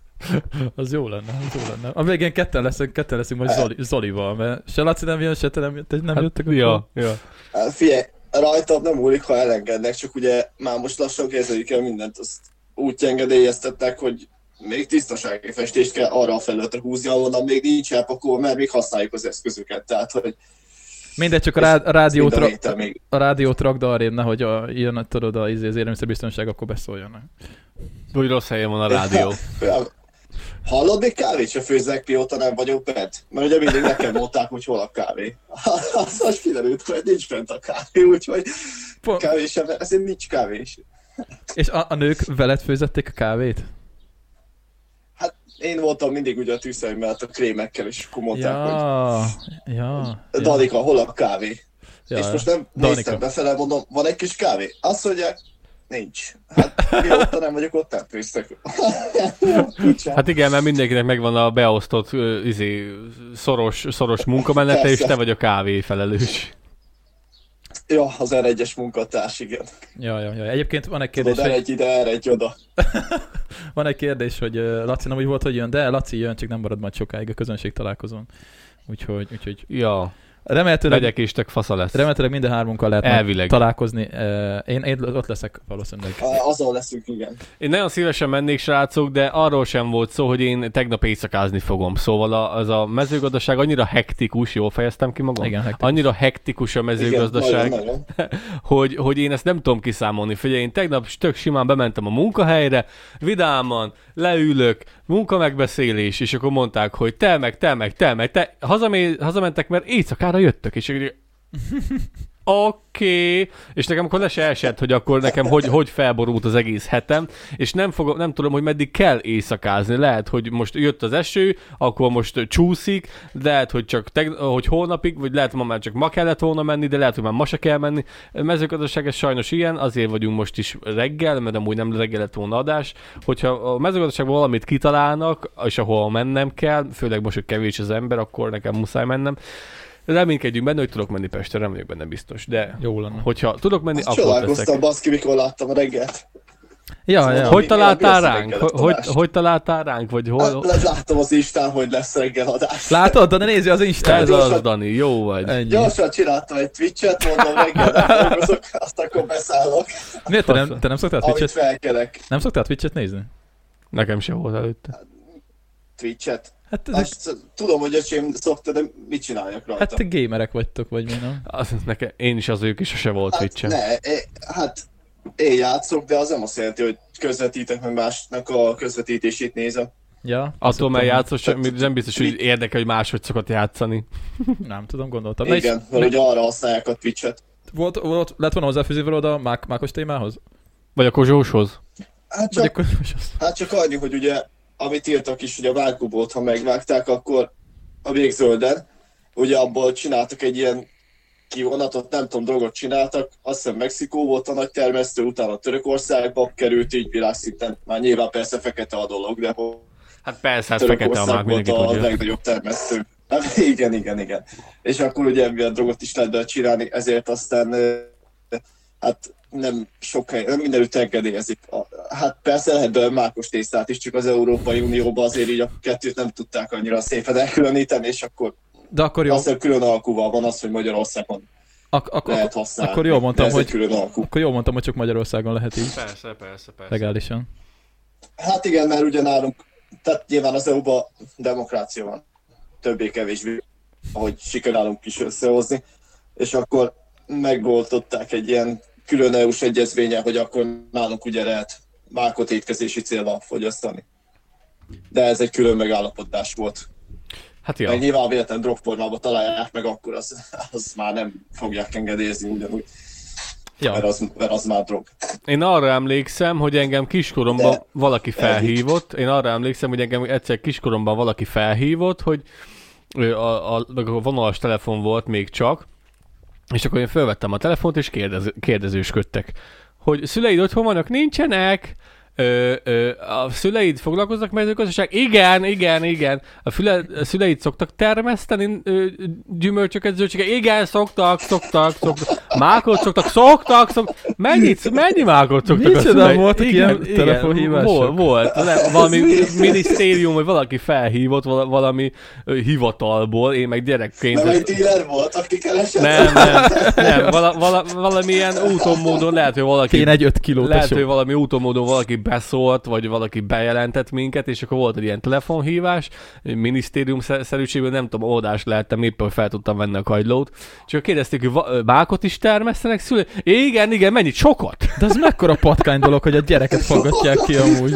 A: Az jó lenne, az jó lenne. A végén ketten leszünk, ketten leszünk majd Zoli, Zolival, mert se Laci nem jön, se te nem, te nem jöttek. akkor-
B: Hát, ja, ja.
F: Hát figyelj, rajtam nem múlik, ha elengednek, csak ugye már most lassan kezeljük el mindent, azt úgy engedélyeztettek, hogy még tisztasági festést kell arra a felületre húzni, ahonnan még nincs elpakolva, mert még használjuk az eszközöket. Tehát, hogy
A: Mindegy, csak a, rád, a rádiót,
F: mind a
A: ra,
F: héten még
A: a rádiót rakd arrébb, nehogy a, jön, tudod, a, izé, az élelmiszerbiztonság, akkor beszóljanak.
B: Úgy rossz helyen van a rádió.
F: Hallod, még kávét se főzek, mióta nem vagyok bent? Mert ugye mindig nekem mondták, hogy hol a kávé. Az most kiderült, hogy nincs bent a kávé, úgyhogy
A: Pont.
F: kávé sem, ezért nincs kávé is.
A: És a, a nők veled főzették a kávét?
F: Hát én voltam mindig ugye a tűzhely mellett a krémekkel, és akkor mondták, ja, hogy
A: Ja, ja, ja,
F: Danika, hol a kávé?
A: ja,
F: és most nem
A: Danika.
F: néztem befele, mondom, van egy kis kávé? Azt mondják, nincs. Hát mióta nem vagyok ott, nem főztek.
B: Hát igen, mert mindenkinek megvan a beosztott ö, izé, szoros, szoros munkamenete, és
F: Persze.
B: te vagy a kávé felelős.
F: ja, az R1-es munkatárs, igen.
A: Ja, ja, ja. Egyébként van egy
F: Tudod,
A: kérdés, hogy,
F: R1 ide, R1 oda.
A: van egy kérdés, hogy ö, Laci nem úgy volt, hogy jön, de Laci jön, csak nem marad majd sokáig a közönség találkozón. Úgyhogy, úgyhogy
B: Ja,
A: remélhetőleg
B: legyek és tek fasza lesz.
A: Remélhetőleg minden hármunkkal lehet majd
B: Elvileg.
A: találkozni. Ö, Én, én ott leszek valószínűleg.
F: Á, Azon leszünk, igen.
B: Én nagyon szívesen mennék, srácok, de arról sem volt szó, hogy én tegnap éjszakázni fogom. Szóval a, az a mezőgazdaság annyira hektikus, jól fejeztem ki magam?
A: Igen, hektikus.
B: Annyira hektikus a mezőgazdaság,
F: Igen, nagyon, nagyon.
B: hogy, hogy én ezt nem tudom kiszámolni. Figyelj, én tegnap tök simán bementem a munkahelyre, vidáman, leülök, munkamegbeszélés, és akkor mondták, hogy te, meg te, meg te, meg te, hazamé, hazamentek, mert éjszakára jöttök, és így- Oké, okay. és nekem akkor le se esett, hogy akkor nekem hogy, hogy felborult az egész hetem, és nem, fogom, nem tudom, hogy meddig kell éjszakázni. Lehet, hogy most jött az eső, akkor most csúszik, lehet, hogy csak teg- hogy holnapig, vagy lehet, hogy ma már csak ma kellett volna menni, de lehet, hogy már ma se kell menni. A mezőgazdaság ez sajnos ilyen, azért vagyunk most is reggel, mert amúgy nem reggel lett volna adás. Hogyha a mezőgazdaságban valamit kitalálnak, és ahol mennem kell, főleg most, hogy kevés az ember, akkor nekem muszáj mennem. Reménykedjünk benne, hogy tudok menni Pestre, nem vagyok benne biztos, de
A: Jó lenne.
B: hogyha tudok menni,
F: Azt
B: akkor teszek.
F: csodálkoztam, baszki, mikor láttam reggelt.
A: Ja, ja.
B: Hogy
F: Ami-
B: találtál
F: ami
B: ránk?
F: összerengetett
B: Hogy, hogy,
F: adást.
B: hogy találtál ránk? Vagy hol?
F: Hát, láttam az Instán, hogy lesz reggel adás.
A: Látod, de ne nézi az Instát.
B: Ez az,
F: gyorsan-
B: Dani, jó vagy.
A: Ennyi.
F: Gyorsan csináltam egy Twitch-et, mondom reggel nem dolgozok, azt akkor beszállok,
A: Miért te nem, te nem szoktál
F: amit
A: Twitch-et,
F: felkelek.
A: nem szoktál Twitch-et nézni?
B: Nekem se volt előtte.
F: Twitch-et.
A: Hát, ezek,
F: Azt tudom, hogy öcsém szokta, de mit csináljak rajta?
A: hát te gémerek vagytok, vagy mi nem?
B: Az, nekem, én is az ők is sose volt
F: Hát
B: twitch
F: Ne, é, hát én játszok, de az nem azt jelenti, hogy közvetítek, meg másnak a közvetítését nézem.
A: Ja,
B: Attól, mert játszol, sem,
F: Tehát-
B: nem biztos, hogy érdekel, hogy máshogy szokott játszani.
A: Nem tudom, gondoltam. Na, és
F: Igen, mert ugye arra használják a Twitch-et.
A: Volt, volt, lett volna hozzáfűzni valód a Mák, Mákos témához?
B: Vagy a Kozsóshoz.
F: Hát
A: Vagy
F: csak,
A: akkor most az...
F: hát csak annyi, hogy ugye, amit írtak is, hogy a vágóbolt, ha megvágták, akkor a végzölden, ugye abból csináltak egy ilyen kivonatot, nem tudom, drogot csináltak, azt hiszem Mexikó volt a nagy termesztő, utána Törökországba került így világszinten. Már nyilván persze fekete a dolog, de hogy
B: Hát persze, hát fekete a mák,
F: Törökország volt
B: mindenki
F: a
B: tudja.
F: legnagyobb termesztő. Hát igen, igen, igen. És akkor ugye emiatt drogot is lehet belőle csinálni, ezért aztán ö, hát nem sok hely, nem mindenütt engedélyezik. A- Hát persze lehet belőle mákos tésztát is, csak az Európai Unióban azért így a kettőt nem tudták annyira szépen elkülöníteni, és akkor
A: De akkor jó,
F: azt hiszem külön alkuval van az, hogy Magyarországon
A: ak- ak-
F: lehet
A: ak-
F: használni.
A: akkor jól
F: De
A: mondtam,
F: ez egy
A: hogy-
F: külön alkú.
A: akkor jól mondtam, hogy csak Magyarországon lehet így,
B: Persze, persze, persze.
A: legálisan.
F: Hát igen, mert ugye nálunk, tehát nyilván az EU-ban demokrácia van, többé-kevésbé, ahogy sikerálunk is összehozni, és akkor megoldották egy ilyen külön EU-s egyezménye, hogy akkor nálunk ugye lehet mákot étkezési célra fogyasztani. De ez egy külön megállapodás volt.
B: Hát
F: Ja. Meg
B: ja.
F: nyilván véletlen drogformába találják meg, akkor az, az már nem fogják engedélyezni ugyanúgy, mert
A: Ja,
F: az, mert az már drog.
B: Én arra emlékszem, hogy engem kiskoromban
F: De-
B: valaki felhívott. Én arra emlékszem, hogy engem egyszer kiskoromban valaki felhívott, hogy ő a, a, meg a vonalas telefon volt még csak, és akkor én felvettem a telefont, és kérdez, kérdezősködtek, hogy szüleid otthon vannak, nincsenek, Ö, ö, a szüleid foglalkoznak mezőgazdaság? Igen, igen, igen. A, füle, a szüleid szoktak termeszteni ö, gyümölcsöket, zöldséget? Igen, szoktak, szoktak, szoktak. Mákot szoktak, szoktak, szoktak. Mennyit, mennyi mákot szoktak a
A: Micsoda
B: szüleid?
A: voltak ilyen telefonhívások?
B: Volt, volt. Le, valami minisztérium, vagy valaki felhívott vala- valami ö, hivatalból, én meg gyerekként.
F: Nem egy dealer volt, aki keresett?
B: Nem, nem, nem. Vala, vala, valamilyen úton, módon lehet, hogy valaki...
A: Kéne egy 5 kiló
B: Lehet,
A: tesó.
B: hogy valami úton, módon valaki beszólt, vagy valaki bejelentett minket, és akkor volt egy ilyen telefonhívás, egy minisztérium szer- szerűségben, nem tudom, oldás lehettem, éppen fel tudtam venni a kagylót. És akkor kérdezték, hogy va- ö, bákot is termesztenek szülő? Igen, igen, mennyit? Sokat?
A: De ez mekkora patkány dolog, hogy a gyereket faggatják ki amúgy.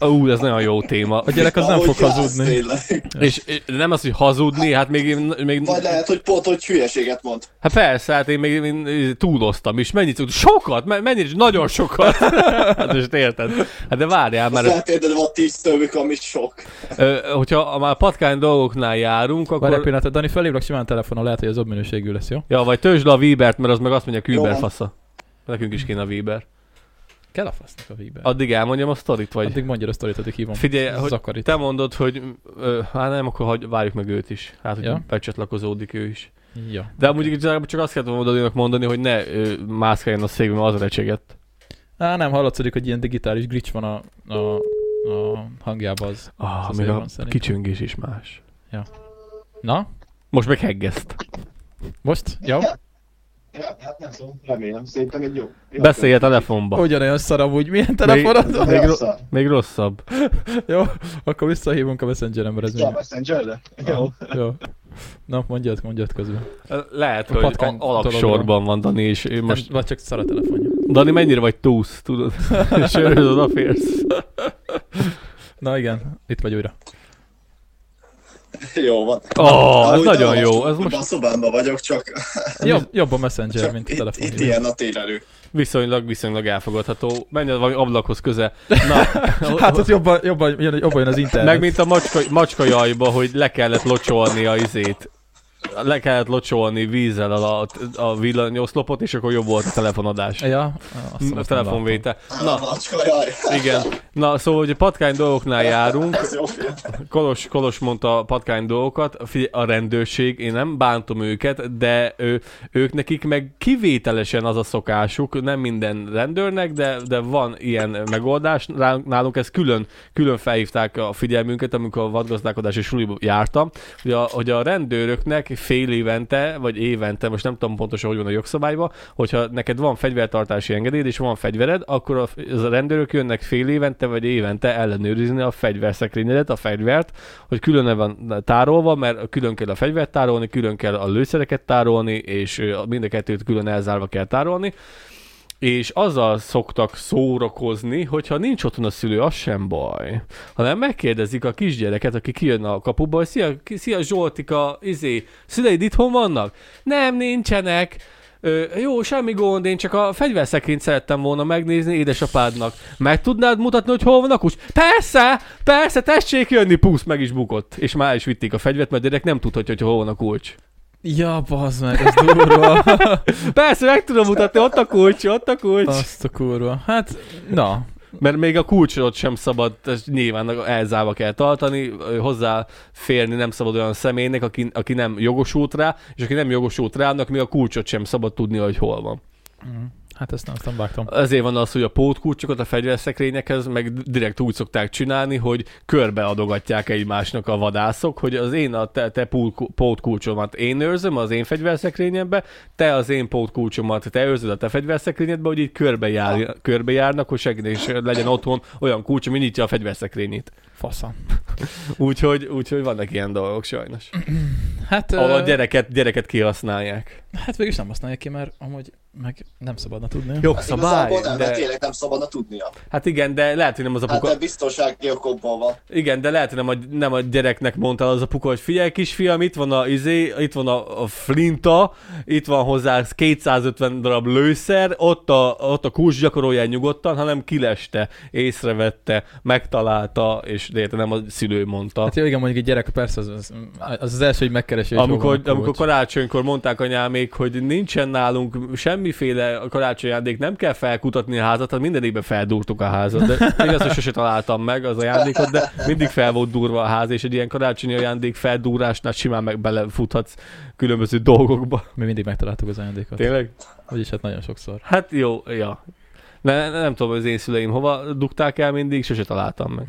B: Ú, ez nagyon jó téma.
A: A gyerek az nem
F: Ahogy
A: fog
F: gáz,
A: hazudni.
F: tényleg.
B: És és nem az, hogy hazudni, hát még, még
F: Vagy lehet, hogy pont, hogy hülyeséget mond.
B: hát persze, hát én még én túloztam is. Mennyit? tud- Sokat? Me- Mennyit? Nagyon sokat. hát most érted. Hát de várjál már.
F: Már lehet érted, van tíz tövük, ami sok.
B: Ö, hogyha a- már patkány dolgoknál járunk,
A: Várj egy
B: akkor...
A: pillanatot, Dani, felhívlak simán telefonon, lehet, hogy az jobb minőségű lesz, jó?
B: Ja, vagy tőzsd le a Webert, mert az meg azt mondja,
F: Jó
B: Küber
F: van.
B: fasza. Nekünk is kéne a Weber.
A: Kell a fasznak a víbe.
B: Addig elmondjam a sztorit, vagy...
A: Addig mondja a sztorit, addig hívom.
B: Figyelj, hogy
A: Zakarit.
B: te mondod, hogy... Ö, hát nem, akkor hagy, várjuk meg őt is. Hát, hogy
A: Ja.
B: becsatlakozódik ő is.
A: Ja.
B: De amúgy igazából csak azt kellett volna Daninak mondani, hogy ne ö, mászkáljon a székben, mert az recsegett.
A: Á, nem, hallatszódik, hogy ilyen digitális glitch van a, a, a hangjában az.
B: Ah,
A: Ez
B: még
A: azért
B: a
A: van szerintem.
B: kicsöngés is más.
A: Na,
B: Most meg heggeszt.
A: most? Jó?
F: Ja, hát nem tudom, remélem, szerintem egy jó. jó
B: Beszélj a telefonba.
A: Ugyanolyan szaram, úgy milyen
B: még,
A: telefonod van?
B: még,
F: Olyan
B: ro-
F: szar.
B: még rosszabb.
A: Jó, akkor visszahívunk a messengerembe, ez még.
F: messenger
A: Jó. Na, mondjad, mondjad közben.
B: Lehet,
A: A
B: hogy
A: patkány
B: a- alapsorban van Dani, és ő most
A: Most... Vagy csak szar a telefonja.
B: Dani, mennyire vagy túsz, tudod? Sörözöd a férsz.
A: Na igen, itt vagy újra.
F: Jó van.
A: Ah,
B: Ó, oh, ez
F: Amúgy
B: nagyon
F: nem,
B: jó.
F: most
B: Ez most
F: A szobámban vagyok, csak,
A: Jobb, jobb a messenger,
F: csak
A: mint a
F: itt,
A: telefon.
F: itt ilyen a télerő.
B: viszonylag, viszonylag elfogadható. Menj az valami ablakhoz közel. Na,
A: Hát ott jobban, jobban, jön, jobban jön az internet.
B: meg mint a macska, macska jajba, hogy le kellett locsolni a izét. Le kellett locsolni vízzel a, a villanyoszlopot, és akkor jobb volt a telefonadás.
A: Ja, azt
B: A telefonvétel.
F: Na,
B: Na,
F: macska, jaj.
B: igen. Na, szóval, hogy a patkány dolgoknál járunk.
F: Ez jó film.
B: Kolos, Kolos mondta a patkány dolgokat, figyelj, a rendőrség, én nem bántom őket, de ő, ők nekik meg kivételesen az a szokásuk, nem minden rendőrnek, de, de van ilyen megoldás, Rá- nálunk ez külön, külön felhívták a figyelmünket, amikor a vadgazdálkodási suliba jártam, hogy a, hogy a rendőröknek fél évente, vagy évente, most nem tudom pontosan, hogy van a jogszabályban, hogyha neked van fegyvertartási engedélyed és van fegyvered, akkor a, az a rendőrök jönnek fél évente, vagy évente ellenőrizni a fegyverszekrényedet, a fegyvert, hogy külön van tárolva, mert külön kell a fegyvert tárolni, külön kell a lőszereket tárolni, és ö, mind a kettőt külön elzárva kell tárolni. És azzal szoktak szórakozni, hogyha nincs otthon a szülő, az sem baj. Hanem megkérdezik a kisgyereket, aki kijön a kapuba, hogy szia, ki- szia Zsoltika, izé, szüleid itthon vannak? Nem, nincsenek. Ö, jó, semmi gond, én csak a fegyverszekrényt szerettem volna megnézni édesapádnak. Meg tudnád mutatni, hogy hol van a kus? Persze, persze, tessék jönni, pusz, meg is bukott. És már is vitték a fegyvert, mert a gyerek nem tudhatja, hogy hol van a kulcs.
A: Ja, bazd meg, ez durva.
B: Persze, meg tudom mutatni, ott a kulcs, ott a kulcs.
A: Azt a kurva. Hát, na.
B: Mert még a kulcsot sem szabad, ezt nyilván elzárva kell tartani, ö, hozzáférni nem szabad olyan személynek, aki, aki nem jogosult rá, és aki nem jogosult rá, annak még a kulcsot sem szabad tudni, hogy hol van.
A: Hát ezt nem, azt nem vágtam.
B: Ezért van az, hogy a pótkulcsokat a fegyverszekrényekhez meg direkt úgy szokták csinálni, hogy körbeadogatják egymásnak a vadászok, hogy az én a te, te pulku- pótkulcsomat én őrzöm az én fegyverszekrényembe, te az én pótkulcsomat te őrzöd a te fegyverszekrényedbe, hogy így körbejár, körbejárnak, hogy senki is legyen otthon olyan kulcs, ami nyitja a fegyverszekrényét.
A: Faszom.
B: Úgyhogy, úgyhogy vannak ilyen dolgok sajnos.
A: Hát,
B: Ahol a
A: ö,
B: gyereket, gyereket kihasználják.
A: hát végül nem használja ki, mert amúgy meg nem szabadna tudni.
B: Jogszabály,
F: Hát Igazából nem, de... mert
B: de...
F: tényleg nem szabadna tudnia.
B: Hát igen, de lehet, hogy nem az
F: Hát
B: apuka...
F: de biztonsági okokból van.
B: Igen, de lehet, hogy nem a, nem a gyereknek mondta az apuka, hogy figyelj kisfiam, itt van a izé, itt van a, a flinta, itt van hozzá 250 darab lőszer, ott a, ott a kulcs gyakoroljál nyugodtan, hanem kileste, észrevette, megtalálta, és de érte, nem a szülő mondta.
A: Hát jó, igen, mondjuk egy gyerek, persze az az, az, az első, hogy megkeresi, hogy hol
B: amikor,
A: van a kulcs.
B: amikor karácsonykor mondták anyámék, hogy nincsen nálunk semmi semmiféle karácsonyajándék, nem kell felkutatni a házat, hát minden évben feldúrtuk a házat. De igaz, hogy sose találtam meg az ajándékot, de mindig fel volt durva a ház, és egy ilyen karácsonyi ajándék feldúrásnál simán meg belefuthatsz különböző dolgokba.
A: Mi mindig megtaláltuk az ajándékot.
B: Tényleg?
A: Vagyis hát nagyon sokszor.
B: Hát jó, ja. Ne, ne, nem tudom, az én szüleim hova dugták el mindig, sose találtam meg.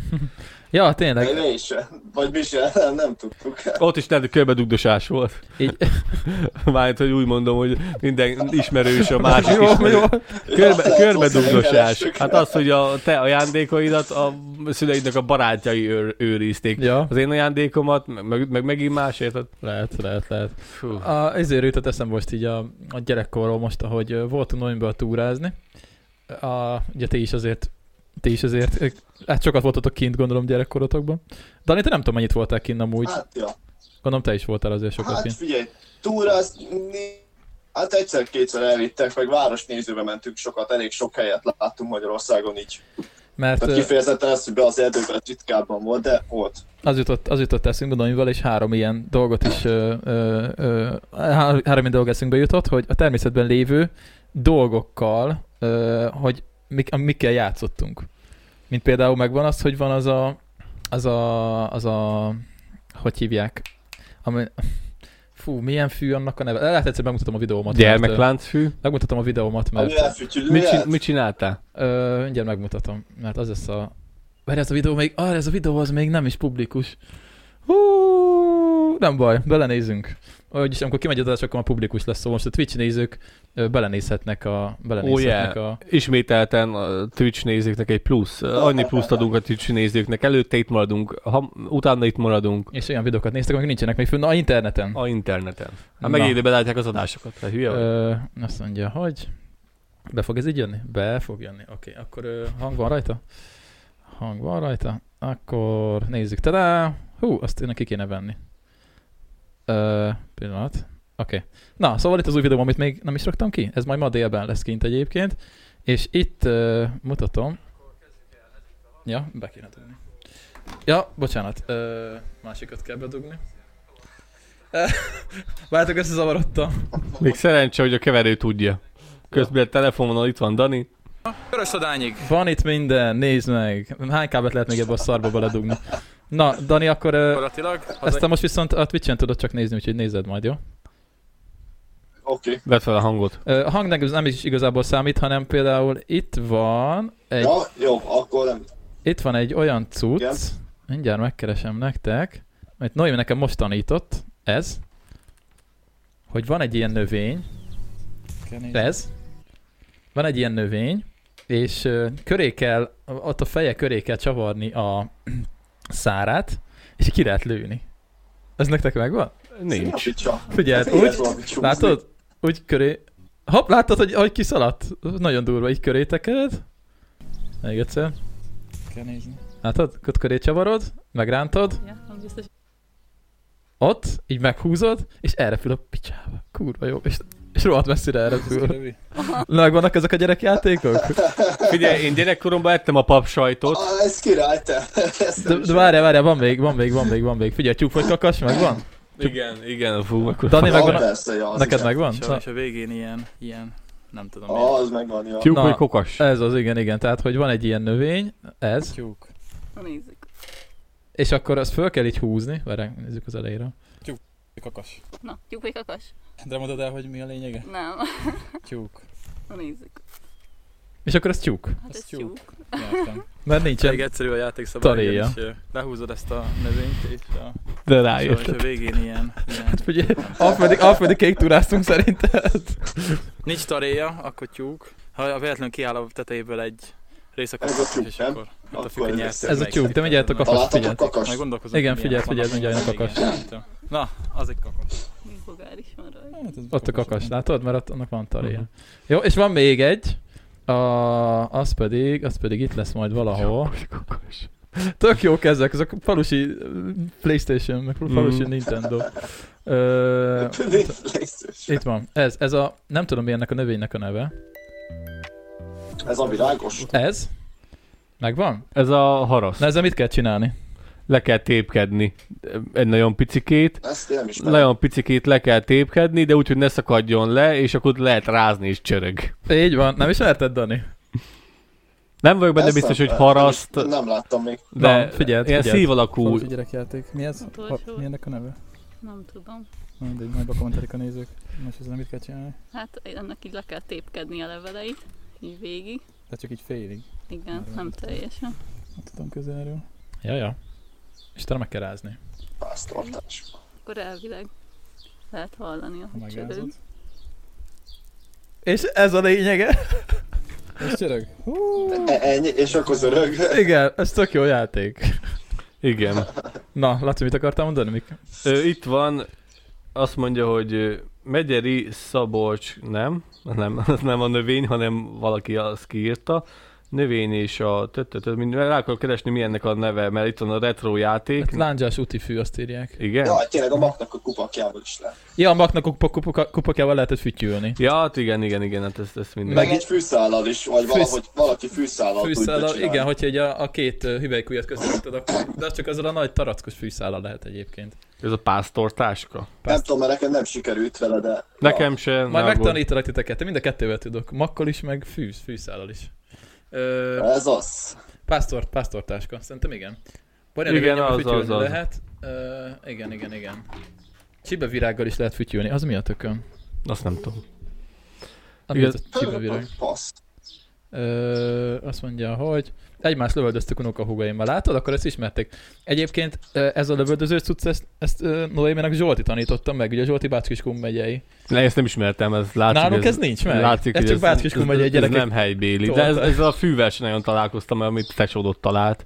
A: Ja, tényleg.
F: Én én sem. Vagy mi sem, nem tudtuk.
B: Ott is nem, körbe dugdosás volt.
A: Így,
B: Mármint, hogy úgy mondom, hogy minden ismerős a másik ismerő. Körbe, körbe dugdosás. Hát az, hogy a te ajándékaidat a szüleidnek a barátjai őr, őrizték.
A: ja,
B: Az én ajándékomat, meg, meg, meg megint másért. hát
A: lehet, lehet, lehet.
B: Fú.
A: A, ezért jutott eszembe most így a, a gyerekkorról most, ahogy ö, voltunk Nonyba túrázni. A, ugye ti is azért ti is azért, ö, hát sokat voltatok kint, gondolom gyerekkorotokban. Dani, te nem tudom, mennyit voltál kint amúgy.
F: Hát, ja.
A: Gondolom te is voltál azért sokat
F: Hát
A: kint.
F: figyelj, túrázni, hát egyszer-kétszer elvittek, meg városnézőbe mentünk sokat, elég sok helyet láttunk Magyarországon így.
A: Mert
F: Tehát
A: ö,
F: kifejezetten ez, hogy be az erdőben ritkábban volt, de volt.
A: az jutott, az jutott eszünkbe Danival, és három ilyen dolgot is, ö, ö, ö, há- három ilyen dolog eszünkbe jutott, hogy a természetben lévő dolgokkal, ö, hogy mik, mikkel játszottunk. Mint például megvan az, hogy van az a, az a, az a hogy hívják, ami, fú, milyen fű annak a neve. Lehet egyszer megmutatom a videómat. mert, ö,
B: Gyermekláncfű.
A: Megmutatom a videómat, mert...
F: Ami elfütyülő
B: Mit,
F: lehet.
B: csin- mit csináltál?
A: Ö, mindjárt megmutatom, mert az lesz a... Mert ez a videó még... Ah, ez a videó az még nem is publikus. Hú, nem baj, belenézünk. Úgyis amikor kimegy az adás, akkor már publikus lesz, szóval most a Twitch nézők ö, belenézhetnek a... Belenézhetnek
B: Ó,
A: a...
B: Ismételten a Twitch nézőknek egy plusz. Annyi pluszt adunk a Twitch nézőknek. Előtte itt maradunk, ha, utána itt maradunk.
A: És olyan videókat néztek, amik nincsenek még fönn a interneten.
B: A interneten.
A: Na.
B: Hát meg élőben látják az adásokat. Hát hülye vagy.
A: Ö, azt mondja, hogy... Be fog ez így jönni? Be fog jönni. Oké, okay, akkor ö, hang van rajta? Hang van rajta. Akkor nézzük. Tadá! Hú, azt ennek ki kéne venni. Ö, pillanat. Oké. Okay. Na, szóval itt az új videóm, amit még nem is raktam ki. Ez majd ma délben lesz kint egyébként. És itt uh, mutatom. Ja, be kéne dugni. Ja, bocsánat. Uh, másikat kell bedugni. Váltok, összezavarodtam.
B: Még szerencse, hogy a keverő tudja. Közben a telefonon itt van Dani.
A: Van itt minden, nézd meg. Hány kábelt lehet még ebbe a szarba beledugni? Na, Dani, akkor ö, ezt te most viszont a Twitch-en tudod csak nézni, úgyhogy nézed majd, jó?
F: Oké. Okay.
B: Vedd fel a hangot.
A: Ö, A hang nekem nem is igazából számít, hanem például itt van egy,
F: Ja, jó, akkor nem.
A: itt van egy olyan cucc,
F: Igen.
A: mindjárt megkeresem nektek, mert Noémi nekem most tanított, ez, hogy van egy ilyen növény, ez. Van egy ilyen növény, és ö, köré kell, ott a feje köré kell csavarni a szárát, és ki lehet lőni. Ez nektek megvan?
B: Nincs.
F: Szia,
A: Figyeld, Hát úgy, látod? Úgy köré... Hopp, látod, hogy, hogy kiszaladt? Nagyon durva, így köré tekered. Még egyszer. Látod? Ott köré csavarod, megrántod,
G: Ja, biztos.
A: ott, így meghúzod, és erre fül a picsába. Kurva jó, és, és rohadt messzire erre fül. Na, megvannak ezek a gyerekjátékok?
B: Figyelj, én gyerekkoromban ettem a papsajtot.
F: Ah, ez király, te. Ezt
A: De,
F: nem is
A: de várjál, várjál, van még, van még, van még, van még. Figyelj, tyúk vagy kakas, megvan?
B: Igen, igen, fú, akkor...
A: Dani,
F: Ah,
A: megvan?
F: persze, ja, az
A: Neked
F: igen.
A: megvan?
H: És a,
A: Na,
H: és a végén ilyen, ilyen, nem tudom
F: Ah,
H: miért.
F: az megvan, ja.
B: Tyúk
A: Na.
B: vagy kokas?
A: ez az, igen, igen. Tehát, hogy van egy ilyen növény, ez,
H: Tyúk.
G: Na nézzük.
A: és akkor azt föl kell így húzni. Várjál, nézzük az elejére.
H: Kakas.
G: Na, tyúk vagy kakas?
H: De mondod el, hogy mi a lényege?
G: Nem.
H: Tyúk.
G: Na nézzük.
A: És akkor ez tyúk,
G: Hát
H: Ez
G: ez
H: tyúk.
G: tyúk.
H: Nyertem.
A: mert
H: Elég
A: nincsen.
H: egyszerű a játékszabály,
A: Taréja.
H: igen, és ö, lehúzod ezt a növényt, és a,
B: De
H: és a, és a
B: rájöttem.
H: végén ilyen, ilyen.
A: Ugye, Hát alföldi, alföldi kék túráztunk szerinted.
H: Nincs taréja, akkor tyúk. Ha véletlenül kiáll a tetejéből egy rész, akkor
F: Ez a tyúk,
H: és
F: nem?
H: akkor, akkor a
F: Akkor
H: fükön
F: ez
H: nyert.
F: lesz.
A: Ez a tyúk, de mindjárt a kakas,
F: Találtatok
A: figyelj.
F: kakas?
H: Majd gondolkozom.
A: Igen,
H: hogy
A: figyelj,
H: milyen
A: figyelj,
H: vannak.
A: mindjárt jön a kakas.
H: Igen, nem tudom. Na, az egy kakas.
G: Még bogár is van rajta.
H: Hát.
A: Ott a kakas, látod? Mert ott annak van taréja.
H: Mhm.
A: Jó, és van még egy. A, az pedig, az pedig itt lesz majd valahol.
B: Kokas.
A: Tök jók ezek, ezek a falusi ö, Playstation, meg falusi
B: Mhm.
A: Nintendo. Ö, itt van. Ez, ez a, nem tudom mi ennek a növénynek a neve.
F: Ez a világos?
A: Ez? Megvan?
B: Ez a harasz.
A: Na ezzel mit kell csinálni?
B: le kell tépkedni egy nagyon picikét,
F: Ezt én nem is
B: nagyon picikét le kell tépkedni, de úgy, hogy ne szakadjon le, és akkor lehet rázni és csörög.
A: Így van, nem ismerted, Dani?
B: Nem vagyok benne biztos, hogy haraszt,
F: Nem, nem láttam még.
B: de
A: Van, figyeld,
B: ilyen
A: figyeld. Szóval,
B: szív alakú.
I: Úgy gyerekjáték.
A: Mi ez?
G: Utolsó.
A: Ha, mi ennek a neve?
G: Nem tudom.
A: Mindegy, majd bekommentelik a nézők. Most ezzel mit kell csinálni?
G: Hát annak így le kell tépkedni a leveleit, így végig.
A: De csak így félig.
G: Igen, nem
H: hát.
G: teljesen.
A: Nem tudom közelről. Ja, ja. Istenem, meg kell rázni.
F: Pásztortás.
G: Akkor elvileg lehet hallani,
A: Ha
G: ahogy csörög.
A: megrázod. És ez a lényege.
I: És csörög.
F: E- Ennyi, és akkor zörög.
A: Igen, ez tök jó játék.
B: Igen.
A: Na, Laci, mit akartál mondani, Mik?
B: Ö, itt van, azt mondja, hogy ö, Megyeri Szabolcs, nem, nem, az nem a növény, hanem valaki azt kiírta. Növény és a... tö- tö- tö- mind- Rá akarok keresni, mi ennek a neve, mert itt van a retro játék.
A: Hát lándzsás úti fű, azt írják.
B: Igen?
F: Ja, tényleg a maknak a kupakjából is lehet.
A: Ja, a maknak kupa, kupa, kupakával lehetett fütyülni.
B: Ja, hát igen, igen, igen, hát ezt, ezt minden.
F: Meg egy fűszállal is, vagy
A: Fűsz-
F: valahogy valaki fűszállal tudja
A: Fűszállal,
F: csinálni.
A: igen, hogyha egy a, a két ö, hüvelykujjat közötted, akkor, de az csak azzal a nagy tarackos fűszállal lehet egyébként.
B: Ez a pásztortáska.
F: Nem tudom, mert nekem nem sikerült vele, de...
B: Nekem se. ne
A: Majd
B: aggódj.
A: megtanítalak titeket, én mind a kettővel tudok. Makkal is, meg fűz, fűszállal is.
F: Ja,
A: Ö,
F: Ez az.
A: pásztor, pásztortáska, szerintem igen. Van
B: Igen,
A: igen,
B: az,
A: az,
B: az, az.
A: lehet. Ö, igen, igen, igen. Csibe virággal is lehet fütyülni, az mi a tököm?
B: Azt nem tudom.
A: Ami
B: Igen.
A: az a csibe virág.
F: Passz.
A: Ö, azt mondja, hogy egymást lövöldöztük unokahúgaimmal. Látod? Akkor ezt ismerték. Egyébként ö, ez a lövöldöző cucc, ezt, ezt ö, Noémének Zsolti tanította meg, ugye Zsolti Bácskiskun megyei.
B: Ne, ezt nem ismertem, ez látszik.
A: Nálunk ez nincs meg.
B: Látszik,
A: Ez
B: hogy
A: csak Bácskiskun
B: ez-
A: megyei
B: ez
A: gyerekek
B: nem helybéli, de
A: tolták.
B: ez, ezzel a fűvel sem nagyon találkoztam, amit tesódott talált.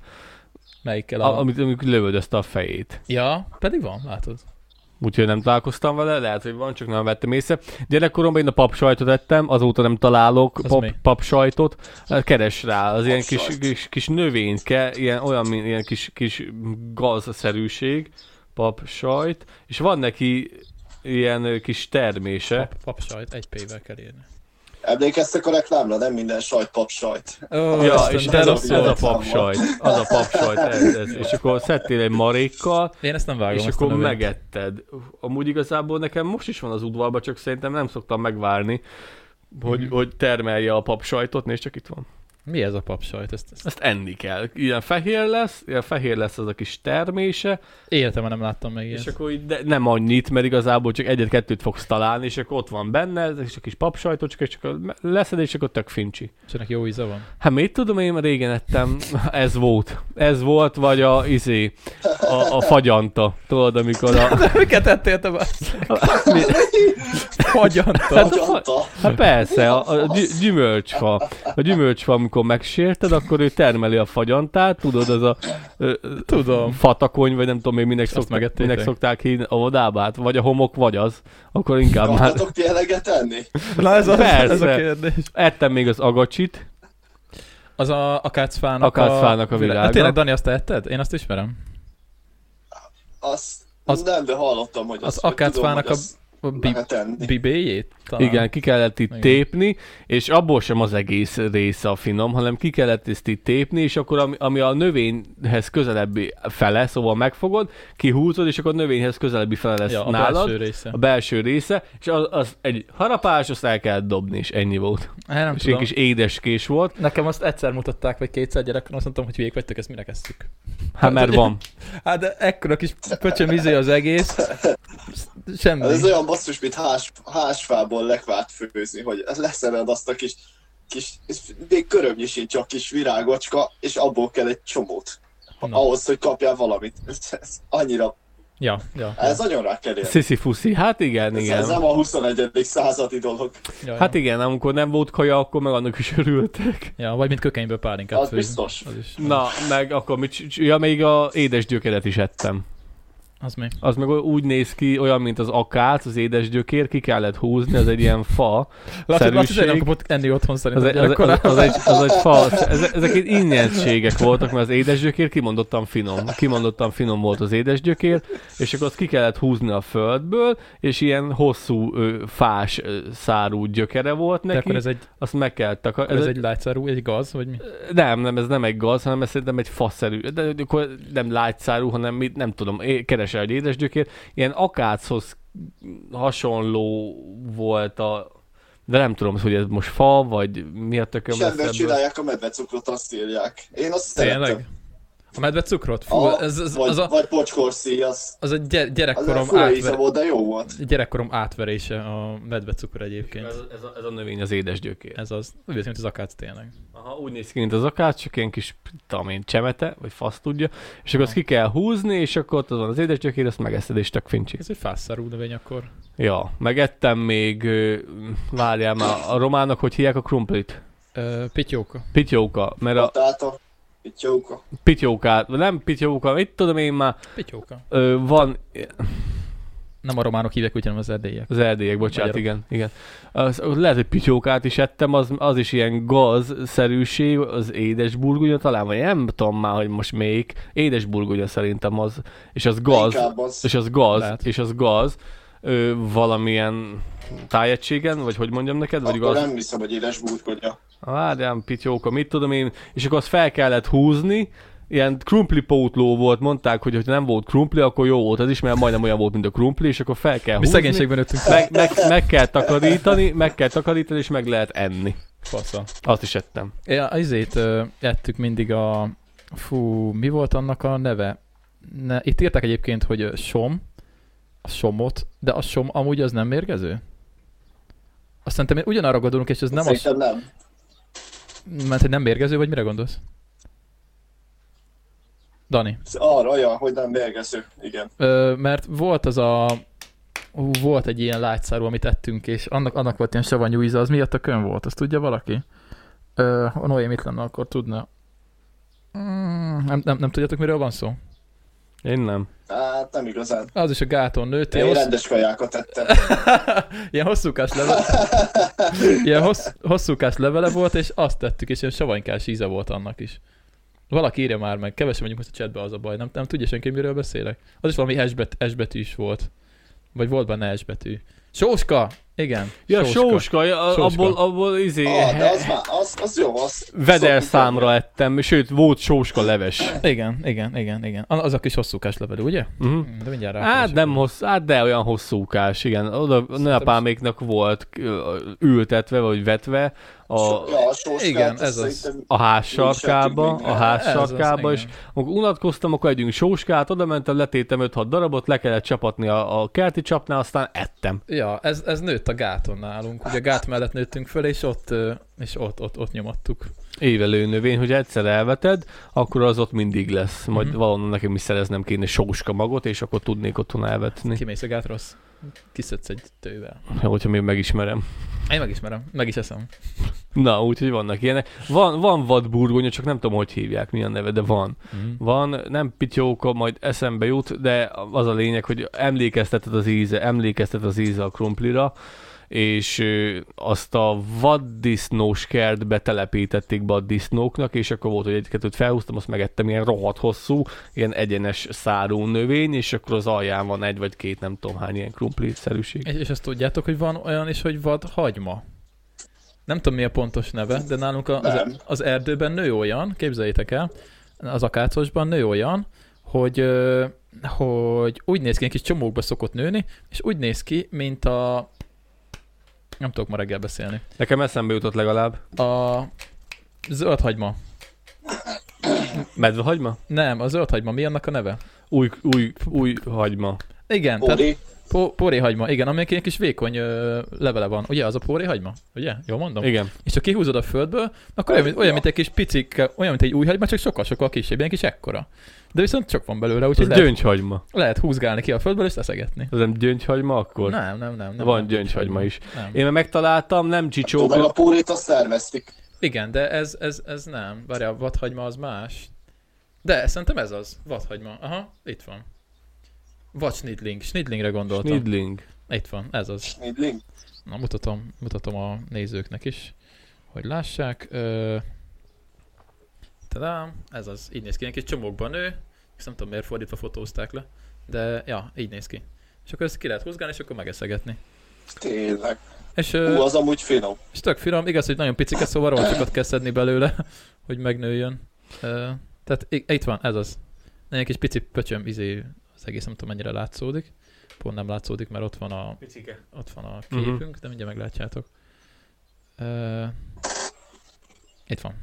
A: Melyikkel
B: A,
A: a...
B: amit, amit lövöldözte a fejét.
A: Ja, pedig van, látod.
B: Úgyhogy nem találkoztam vele, lehet, hogy van, csak nem vettem észre. Gyerekkoromban én a papsajtot ettem, azóta nem találok
A: Az
B: pap,
A: mi?
B: papsajtot. Hát Keres rá, az ilyen kis,
F: Papsajt.
B: kis, kis növényke, ilyen, olyan mint ilyen kis, kis gazszerűség, papsajt, és van neki ilyen ö, kis termése.
A: Pap, papsajt, egy P-vel kell írni.
F: Emlékeztek a reklámra, nem minden sajt pap sajt.
A: Ó,
B: Ja,
A: Isten,
B: és
A: de
B: ez a,
A: rossz
B: ez a
A: volt.
B: papsajt, az a papsajt, ez, ez. és akkor szedtél egy marékkal,
A: Én ezt nem vágom.
B: És
A: ezt a
B: akkor
A: növényt.
B: megetted. Amúgy igazából nekem most is van az udvarban, csak szerintem nem szoktam megvárni, hogy,
A: Mhm.
B: hogy termelje a papsajtot, nézd csak itt van.
A: Mi ez a papsajt? Ezt, ezt
B: Ezt enni kell. Ilyen fehér lesz, ilyen fehér lesz az a kis termése,
A: életemben nem láttam meg ilyet.
B: és akkor így de nem annyit, mert igazából csak egyet-kettőt fogsz találni, és akkor ott van benne, ez is a kis papsajtot, csak, csak leszed, és akkor tök fincsi.
A: És ennek jó íze van.
B: Hát mit tudom, én már régen ettem, ez volt. Ez volt, vagy a izé, a, a fagyanta. Tudod, amikor a...
A: Miket ettél te már? Hagyanta.
B: Hát a fa-
F: Agyanta.
A: Hm.
B: Hát persze, a, a gy- gyümölcsfa. A gyümölcsfa, amikor megsérted, akkor ő termeli a fagyantát, tudod, az a ö, ö,
A: Tudom.
B: fatakony, vagy nem tudom én, minek,
A: azt
B: szokták,
A: megettétek?
B: minek szokták hívni a vadában, vagy a homok, vagy az, akkor inkább már...
F: Kaptatok ti eleget enni?
A: Na ez a, ez a
B: Persze.
A: kérdés.
B: Ettem még az agacsit,
A: Az a akácfának
B: Akácfának a virága.
A: Hát tényleg, Dani, azt te etted? Én azt ismerem.
F: Azt
A: Az-
F: az, nem, de hallottam, hogy
A: Az
F: azt- hogy
A: akácfának
F: tudom,
A: a,
F: hogy azt
A: a bi,
F: lehet enni.
A: bibéjét? Talán.
B: igen, ki kellett itt
A: Igen.
B: tépni, és abból sem az egész része a finom, hanem ki kellett ezt itt tépni, és akkor ami, ami a növényhez közelebbi fele, szóval megfogod, kihúzod, és akkor a növényhez közelebbi fele lesz
A: ja, a
B: nálad.
A: belső része.
B: a belső része, és az, az egy harapás, azt el kellett dobni, és ennyi volt.
A: Hát nem
B: és
A: tudom.
B: egy kis édeskés volt,
A: Nekem azt egyszer mutatták, vagy kétszer gyerekkorom, azt mondtam, hogy hülyék vagytok, ezt minek esztük.
B: hát mert van.
A: Hát de ekkora kis pöcsöm izé az egész. Semmi.
F: Ez olyan basszus, mint hás, hásfából lekvárt főzni, hogy leszered azt a kis, kis és még körömnyi sincs a kis virágocska, és abból kell egy csomót.
A: Na.
F: Ahhoz, hogy kapjál valamit. Ez, ez annyira,
A: Ja, ja.
F: ez nagyon rá kerül.
B: Sziszi fuszi, hát igen,
F: Ez, ez
B: igen.
F: nem a 21. századi dolog.
A: ja,
B: Hát
A: hát ja.
B: igen, amikor nem volt kaja, akkor meg annak is örültek.
A: ja, vagy mint kökenyből pálinkát
F: Az
A: főzni.
F: biztos.
A: Az is.
B: Na, meg akkor mit, c- c- ja, még a édes gyökeret is ettem.
A: Az mi?
B: az meg oly- úgy néz ki, olyan, mint az akác, az édes gyökér, ki kellett húzni, az egy ilyen fa.
A: Laci, Laci
B: Szerűség.
A: nem kapott enni otthon
B: Az, egy-
A: szerintem
B: az, az,
A: gyerekkorában.
B: az, egy, az egy fa. Ezek, ezek itt innyentségek voltak, mert az édesgyökér kimondottan finom. Kimondottan finom volt az édesgyökér, és akkor azt ki kellett húzni a földből, és ilyen hosszú ö, fás ö, szárú gyökere volt
A: De
B: neki.
A: akkor ez egy,
B: Azt meg kell takar...
A: ez, ez egy lágyszárú, egy gaz, vagy mi?
B: Nem, nem, ez nem egy gaz, hanem ez szerintem egy faszerű. De akkor nem lágyszárú, hanem mit, nem tudom, é- keresel egy édesgyökér. Ilyen akáchoz hasonló volt a... De nem tudom, hogy ez most fa, vagy mi a tököm
F: Semmivel
B: lesz ebből.
F: csinálják a medvecukrot, azt írják. Én azt
A: Tényleg?
F: szeretem.
A: A medve cukrot? Fú,
F: A,
A: ez, ez,
F: vagy,
A: az, a,
F: vagy pocskorszíj, az,
A: az a gy-
F: az a
A: gyerekkorom,
F: fura íze
A: átver,
F: volt, de jó volt.
A: gyerekkorom átverése a medve cukor egyébként.
B: Ez, ez, a, ez a növény az édesgyökér.
A: Ez az, úgy érzem, mint az akác tényleg.
B: Hát- Aha, úgy néz ki, mint az akács, csak ilyen kis, tudom én, csemete, vagy fasz tudja, és akkor azt ki kell húzni, és akkor ott van az édesgyökér, azt megeszed, és tök fincsi.
A: Ez egy fászárú növény akkor.
B: Ja, megettem még, ö, várjál már, a románok hogy hívják a krumplit?
A: Ö, Pityóka.
B: Pityóka, mert a
F: Patáta, itt jóka.
B: pityókát, nem pityóka, itt tudom én már,
A: Pityóka.
B: ö, van
A: Nem a románok hívják, úgy, hanem az erdélyek.
B: az erdélyek, bocsánat,
A: Magyarok.
B: igen, igen. Az, lehet, hogy pityókát is ettem, az, az is ilyen gaz-szerűség, az édes burgonya talán, vagy nem tudom már, hogy most melyik, édes burgonya szerintem az, és az gaz,
F: Inkább az.
B: és az gaz,
A: Lehet.
B: és az gaz, ö, valamilyen tájegységen, vagy hogy mondjam neked, vagy
F: Akkor
B: gaz,
F: nem hiszem, hogy éles burgonya.
B: Várjám, pityóka, mit tudom én, és akkor azt fel kellett húzni, ilyen krumpli pótló volt, mondták, hogy ha nem volt krumpli, akkor jó volt ez is, mert majdnem olyan volt, mint a krumpli, és akkor fel kell
A: Mi
B: húzni,
A: szegénységben öttünk fel.
B: meg, meg, meg, kell takarítani, meg kell takarítani, és meg lehet enni.
A: Fasza.
B: Azt is ettem.
A: Ja, azért ö, ettük mindig a... Fú, mi volt annak a neve? Ne, itt írták egyébként, hogy ö, som, a somot, de a som amúgy az nem mérgező? Azt szerintem én ugyanarra gondolunk, és ez nem az,
F: Szerintem nem.
A: mert hogy nem mérgező, vagy mire gondolsz? Dani.
F: Arra olyan, hogy nem mérgező. Igen.
A: Ö, mert volt az a... Ú, volt egy ilyen lágyszárú, amit ettünk, és annak, annak volt ilyen savanyú íze, az miatt a kön volt, azt tudja valaki? Ö, ha Noé mit lenne, akkor tudna. Mm, nem, nem, nem tudjátok, miről van szó?
B: Én nem.
F: Hát nem igazán.
A: Az is a gáton nőtt,
F: Én
A: ilyen, hossz,
F: rendes kajákat ettem.
A: ilyen hosszúkás levele, ilyen hossz, hosszúkás levele volt, és azt tettük, és ilyen savanykás íze volt annak is. Valaki írja már meg, kevesen vagyunk most a chatbe, az a baj, nem, nem tudja senki, hogy miről beszélek. Az is valami S, bet, S betű is volt. Vagy volt benne S betű. Sóska! Igen.
B: Ja, sóska, ja,
A: Sóska.
B: abból, abból izé,
F: Ah, de az már, az, az jó, az...
B: veder számra
F: szoktuk
B: ettem, sőt, volt sóska leves.
A: Igen, igen, igen, igen. A- Az a kis hosszúkás levelű, ugye? Mm,
B: Mhm.
A: De mindjárt rá.
B: Hát nem hosszú, hát de olyan hosszúkás, igen. Oda neapáméknak volt ö, ültetve, vagy vetve a,
F: kapni. Ja, a sóskát,
A: Igen,
F: azt
A: ez az.
F: szerintem-
B: a ház
F: Úgy
B: sarkába,
F: se
B: a ház
A: Ez az,
B: sarkába, és
A: igen.
B: amikor unatkoztam, akkor együnk sóskát, oda mentem, letétem 5-6 darabot, le kellett csapatni a, a kerti csapnál, aztán ettem.
A: Ja, ez, ez nőtt a gáton nálunk. Ugye a gát mellett nőttünk föl, és ott, ö, és ott, ott, ott nyomattuk.
B: Évelő növény, hogy egyszer elveted, akkor az ott mindig lesz. Majd
A: Mhm.
B: valahonnan nekem is szereznem kéne sóska magot, és akkor tudnék otthon elvetni.
A: Kimész a gátra, az kiszedsz egy tővel.
B: Jó, hogyha még megismerem.
A: Én megismerem, meg is eszem.
B: Na, úgyhogy vannak ilyenek. Van, van vadburgonya, csak nem tudom, hogy hívják, milyen neve, de van.
A: Mm.
B: Van, nem pityóka, majd eszembe jut, de az a lényeg, hogy emlékeztetett az íze, emlékeztet az íze a krumplira, és ö, azt a vaddisznós kertbe telepítették be a disznóknak, és akkor volt, hogy egy-kettőt felhúztam, azt megettem ilyen rohadt hosszú, ilyen egyenes szárú növény, és akkor az alján van egy vagy két, nem tudom hány ilyen krumpli-szerűség.
A: És, és azt tudjátok, hogy van olyan is, hogy vad hagyma. Nem tudom mi a pontos neve, de nálunk a-
F: Nem.
A: az, az erdőben nő olyan, képzeljétek el, az akácosban nő olyan, hogy, ö, hogy úgy néz ki, egy kis csomókba szokott nőni, és úgy néz ki, mint a... Nem tudok ma reggel beszélni.
B: Nekem eszembe jutott legalább.
A: A zöld hagyma.
B: Medvehagyma?
A: Nem, a zöld hagyma, mi annak a neve?
B: Új, új, új hagyma.
A: Igen, tehát
F: Póri,
A: pó, póréhagyma, igen, aminek egy kis vékony ö, levele van. Ugye, az a póréhagyma? Ugye? Jól mondom?
B: Igen.
A: és ha kihúzod a földből, akkor olyan, mint- olyan mint egy kis picik, olyan, mint egy új hagyma, csak sokkal-sokkal kisebb, ilyen kis ekkora. De viszont sok van belőle, úgyhogy
B: Ez
A: lehet,
B: gyöngyhagyma.
A: lehet húzgálni ki a földből és leszegetni.
B: Az nem gyöngyhagyma akkor?
A: Nem, nem, nem. nem
B: Van
A: nem,
B: gyöngyhagyma is.
A: Nem.
B: Én már megtaláltam, nem
F: Tudod, meg a
B: csicsóka.
F: pórét azt szerveztik.
A: Igen, de ez, ez, ez nem. Várjál, a vadhagyma az más. De szerintem ez az, vadhagyma. Aha, itt van. Vagy snidling. Snidlingre gondoltam.
B: Snidling.
A: Itt van, ez az.
F: Snidling?
A: Na, mutatom, mutatom a nézőknek is, hogy lássák. Ö... Tadám, ez az. Így néz ki, ilyen kis csomókban ő. Ezt nem tudom, miért fordítva fotózták le. De, ja, így néz ki. És akkor ezt ki lehet húzgálni, és akkor megeszegetni.
F: Tényleg.
A: És,
F: Hú,
A: ö,
F: az amúgy finom.
A: és tök finom, igaz, hogy nagyon picike, szóval rohacsokat kell szedni belőle, hogy megnőjön. Ö, tehát i- itt van, ez az. Egy kis pici pöcsöm, izé, az egész nem tudom mennyire látszódik. Pont nem látszódik, mert ott van a
H: Picike.
A: ott van a
B: Mhm.
A: képünk, de mindjárt meglátjátok. Uh, itt van,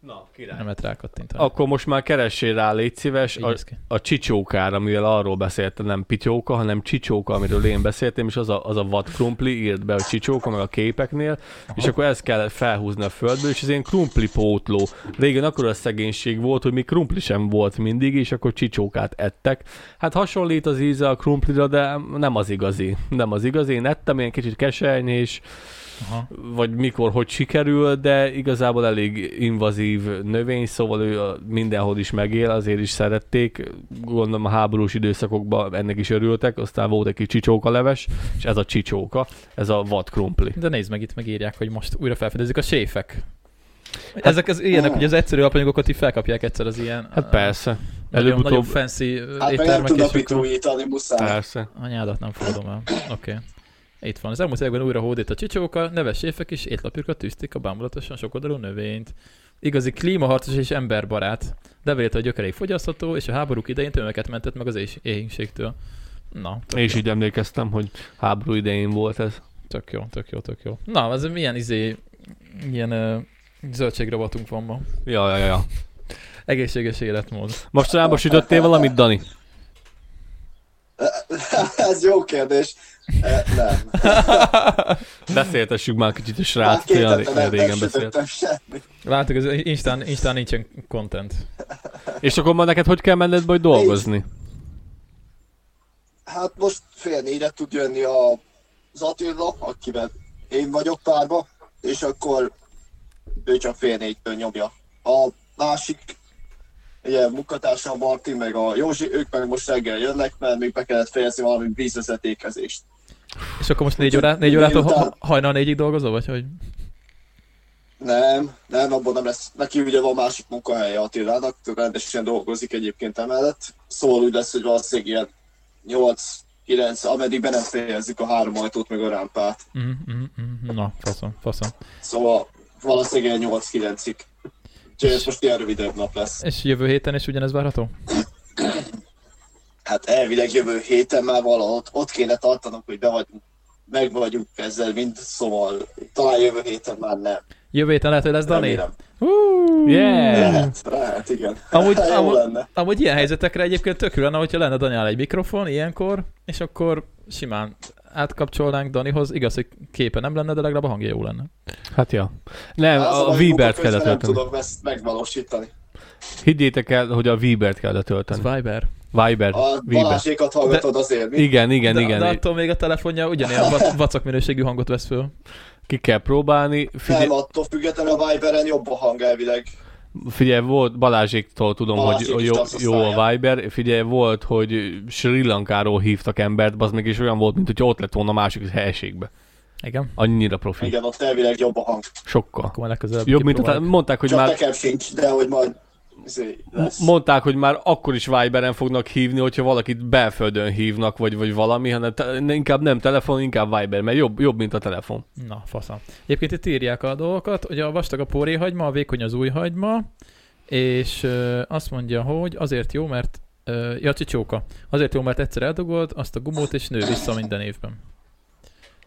B: Na,
A: nem
B: király.
A: lehet rákattintani.
B: Akkor most már keressél rá, légy szíves,
A: Így
B: a,
A: néz ki.
B: a csicsókára, amivel arról beszéltem, nem pityóka, hanem csicsóka, amiről én beszéltem, és az a, az a vad krumpli írt be a csicsóka, meg a képeknél, és akkor ezt kellett felhúzni a földből, és ez ilyen krumpli pótló. Régen akkor a szegénység volt, hogy még krumpli sem volt mindig, és akkor csicsókát ettek. Hát hasonlít az íze a krumplira, de nem az igazi. Nem az igazi, én ettem ilyen kicsit keseny, és
A: Aha.
B: vagy mikor, hogy sikerül, de igazából elég invazív növény, szóval ő a- mindenhol is megél, azért is szerették. Gondolom a háborús időszakokban ennek is örültek, aztán volt egy kis csicsóka leves, és ez a csicsóka, ez a vad krumpli.
A: De nézd meg, itt megírják, hogy most újra felfedezik a séfek. Ezek az ilyenek, hogy az egyszerű alapanyagokat így felkapják egyszer az ilyen.
B: Hát
A: ö,
B: persze,
A: Nagyon,
B: Előbb-utóbb-
A: nagyon fancy ö,
F: Hát meg nem
A: éttermek
F: tudnak
A: és
F: mit
A: akkor...
F: újítani, muszáj.
B: persze.
A: Anyádat nem fogadom el. Oké. Okay. Itt van. Az elmúlt években újra hódít a csicsóka, neves séfek és étlapjukra tűzték a bámulatosan sokoldalú növényt. Igazi klímaharcos és emberbarát. De vélte a gyökereik fogyasztható, és a háborúk idején tömegeket mentett meg az éhs- éhénységtől. Na, tök
B: És
A: jó,
B: így emlékeztem, hogy háború idején volt ez.
A: tök jó, tök jó, tök jó. Na, ez milyen izé, milyen ö, zöldségrovatunk van ma.
B: Ja, ja, ja.
A: Egészséges életmód.
B: Mostanában sütöttél valamit, Dani?
F: Ez jó kérdés. Eh, Nem.
B: Beszéltessük már kicsit a
F: Hát
B: srác,
F: két
B: olyan
F: hete nem, nem
B: régen beszélt.
F: sütöttem semmit.
A: Látjuk, az Instán, Instán nincsen content.
B: És akkor ma neked hogy kell menned majd dolgozni?
F: Hát most fél négyre tud jönni a az Attila, akivel én vagyok párba, és akkor ő csak fél négytől nyomja. A másik ugye, munkatársa a Martin meg a Józsi, ők meg most reggel jönnek, mert még be kellett fejezni valami vízvezetékezést.
A: És akkor most négy, órá, négy órától
F: Miután-
A: ha- hajnal négyig dolgozol, vagy hogy?
F: Nem, nem, abban nem lesz. Neki ugye van másik munkahelye Attilának, rendesen dolgozik egyébként emellett. Szóval úgy lesz, hogy valószínűleg ilyen 8-9, ameddig be nem fejezzük a három ajtót meg a rámpát.
A: Mm, mm, mm, na, faszom, faszom.
F: Szóval valószínűleg ilyen 8-9-ig. Úgyhogy ez most ilyen rövidebb nap lesz.
A: És jövő héten is ugyanez várható?
F: Hát elvileg jövő héten már valahol ott, ott kéne tartanunk, hogy be vagyunk, meg vagyunk ezzel mind, szóval talán jövő héten már nem.
A: Jövő héten lehet, hogy lesz Dani?
F: Remélem.
A: Hú!
B: Yeah!
F: Lehet, lehet, igen.
A: Amúgy,
F: Jó
A: amúgy,
F: lenne.
A: amúgy ilyen helyzetekre egyébként tök jó lenne, hogyha lenne Daniál egy mikrofon ilyenkor, és akkor simán átkapcsolnánk Danihoz. Igaz, hogy képe nem lenne, de legalább a hangja jó lenne.
B: Hát ja. Nem,
F: Az
B: a
F: baj,
B: Vibert
F: munkaközben
B: kell
F: Nem
B: letölteni.
F: tudom ezt megvalósítani.
B: Higgyétek el, hogy a Vibert kell
A: Ez
B: letölteni.
A: Viber.
B: Viber.
F: A
B: Viber.
F: Balázsékat hallgatod azért, mi?
B: Igen, igen,
A: de,
B: igen.
A: de attól még a telefonja ugyanilyen vac- vacak minőségű hangot vesz föl.
B: Ki kell próbálni. Figyelj,
F: Nem, attól függetlenül a Viberen jobb a hang elvileg.
B: figyelj volt, Balázséktól tudom,
F: Balázsék
B: hogy
F: is
B: jó, jó a
F: taszasztálják.
B: Viber. Figyelj, volt, hogy Sri Lankáról hívtak embert, az mégis olyan volt, mint hogy ott lett volna a másik helységbe.
A: Igen.
B: Annyira profi.
F: Igen, ott elvileg jobb a hang.
B: Sokkal.
A: Akkor majd legközelebb
B: Jobb, mint a, te-
A: kipróbáljuk.
B: mondták, hogy
F: Csak
B: már
F: nekem sincs, de hogy majd izé, lesz.
B: Mondták, hogy már akkor is Viberen fognak hívni, hogyha valakit belföldön hívnak, vagy, vagy valami, hanem te, inkább nem telefon, inkább Viber, mert jobb, jobb mint a telefon.
A: Na, faszom. Egyébként itt írják a dolgokat, hogy a vastag a póréhagyma, a vékony az új hagyma, és ö, azt mondja, hogy azért jó, mert ö, ja, csicsóka. Azért jó, mert egyszer eldugod azt a gumót, és nő vissza minden évben.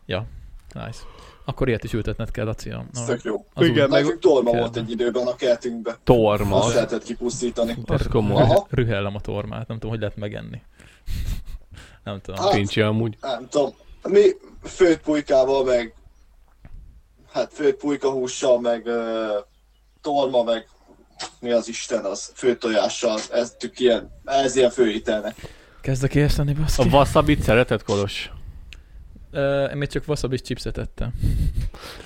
A: Ja, nice. Akkor ilyet is ültetned kell, Laci. a-
F: Ez
A: a-
F: tök jó.
A: Az
B: Igen,
A: Igen,
B: meg
F: Nekünk torma
A: kell.
F: volt egy időben a kertünkben.
B: torma.
F: Azt
B: Az,
F: lehetett kipusztítani.
B: az komoly.
F: Aha.
A: rühellem a tormát, nem tudom, hogy lehet megenni. nem tudom.
F: Ah.
B: Pincsi amúgy.
F: Nem tudom. Mi főtt pulykával, meg hát főtt pulykahússal, meg uh, torma, meg mi az Isten az, főtt tojással, ez tük ilyen, ez ilyen főételnek.
A: Kezdek érteni, baszki.
B: A wasabi szeretett kolos.
A: Uh, én még csak wasabi chipset ettem.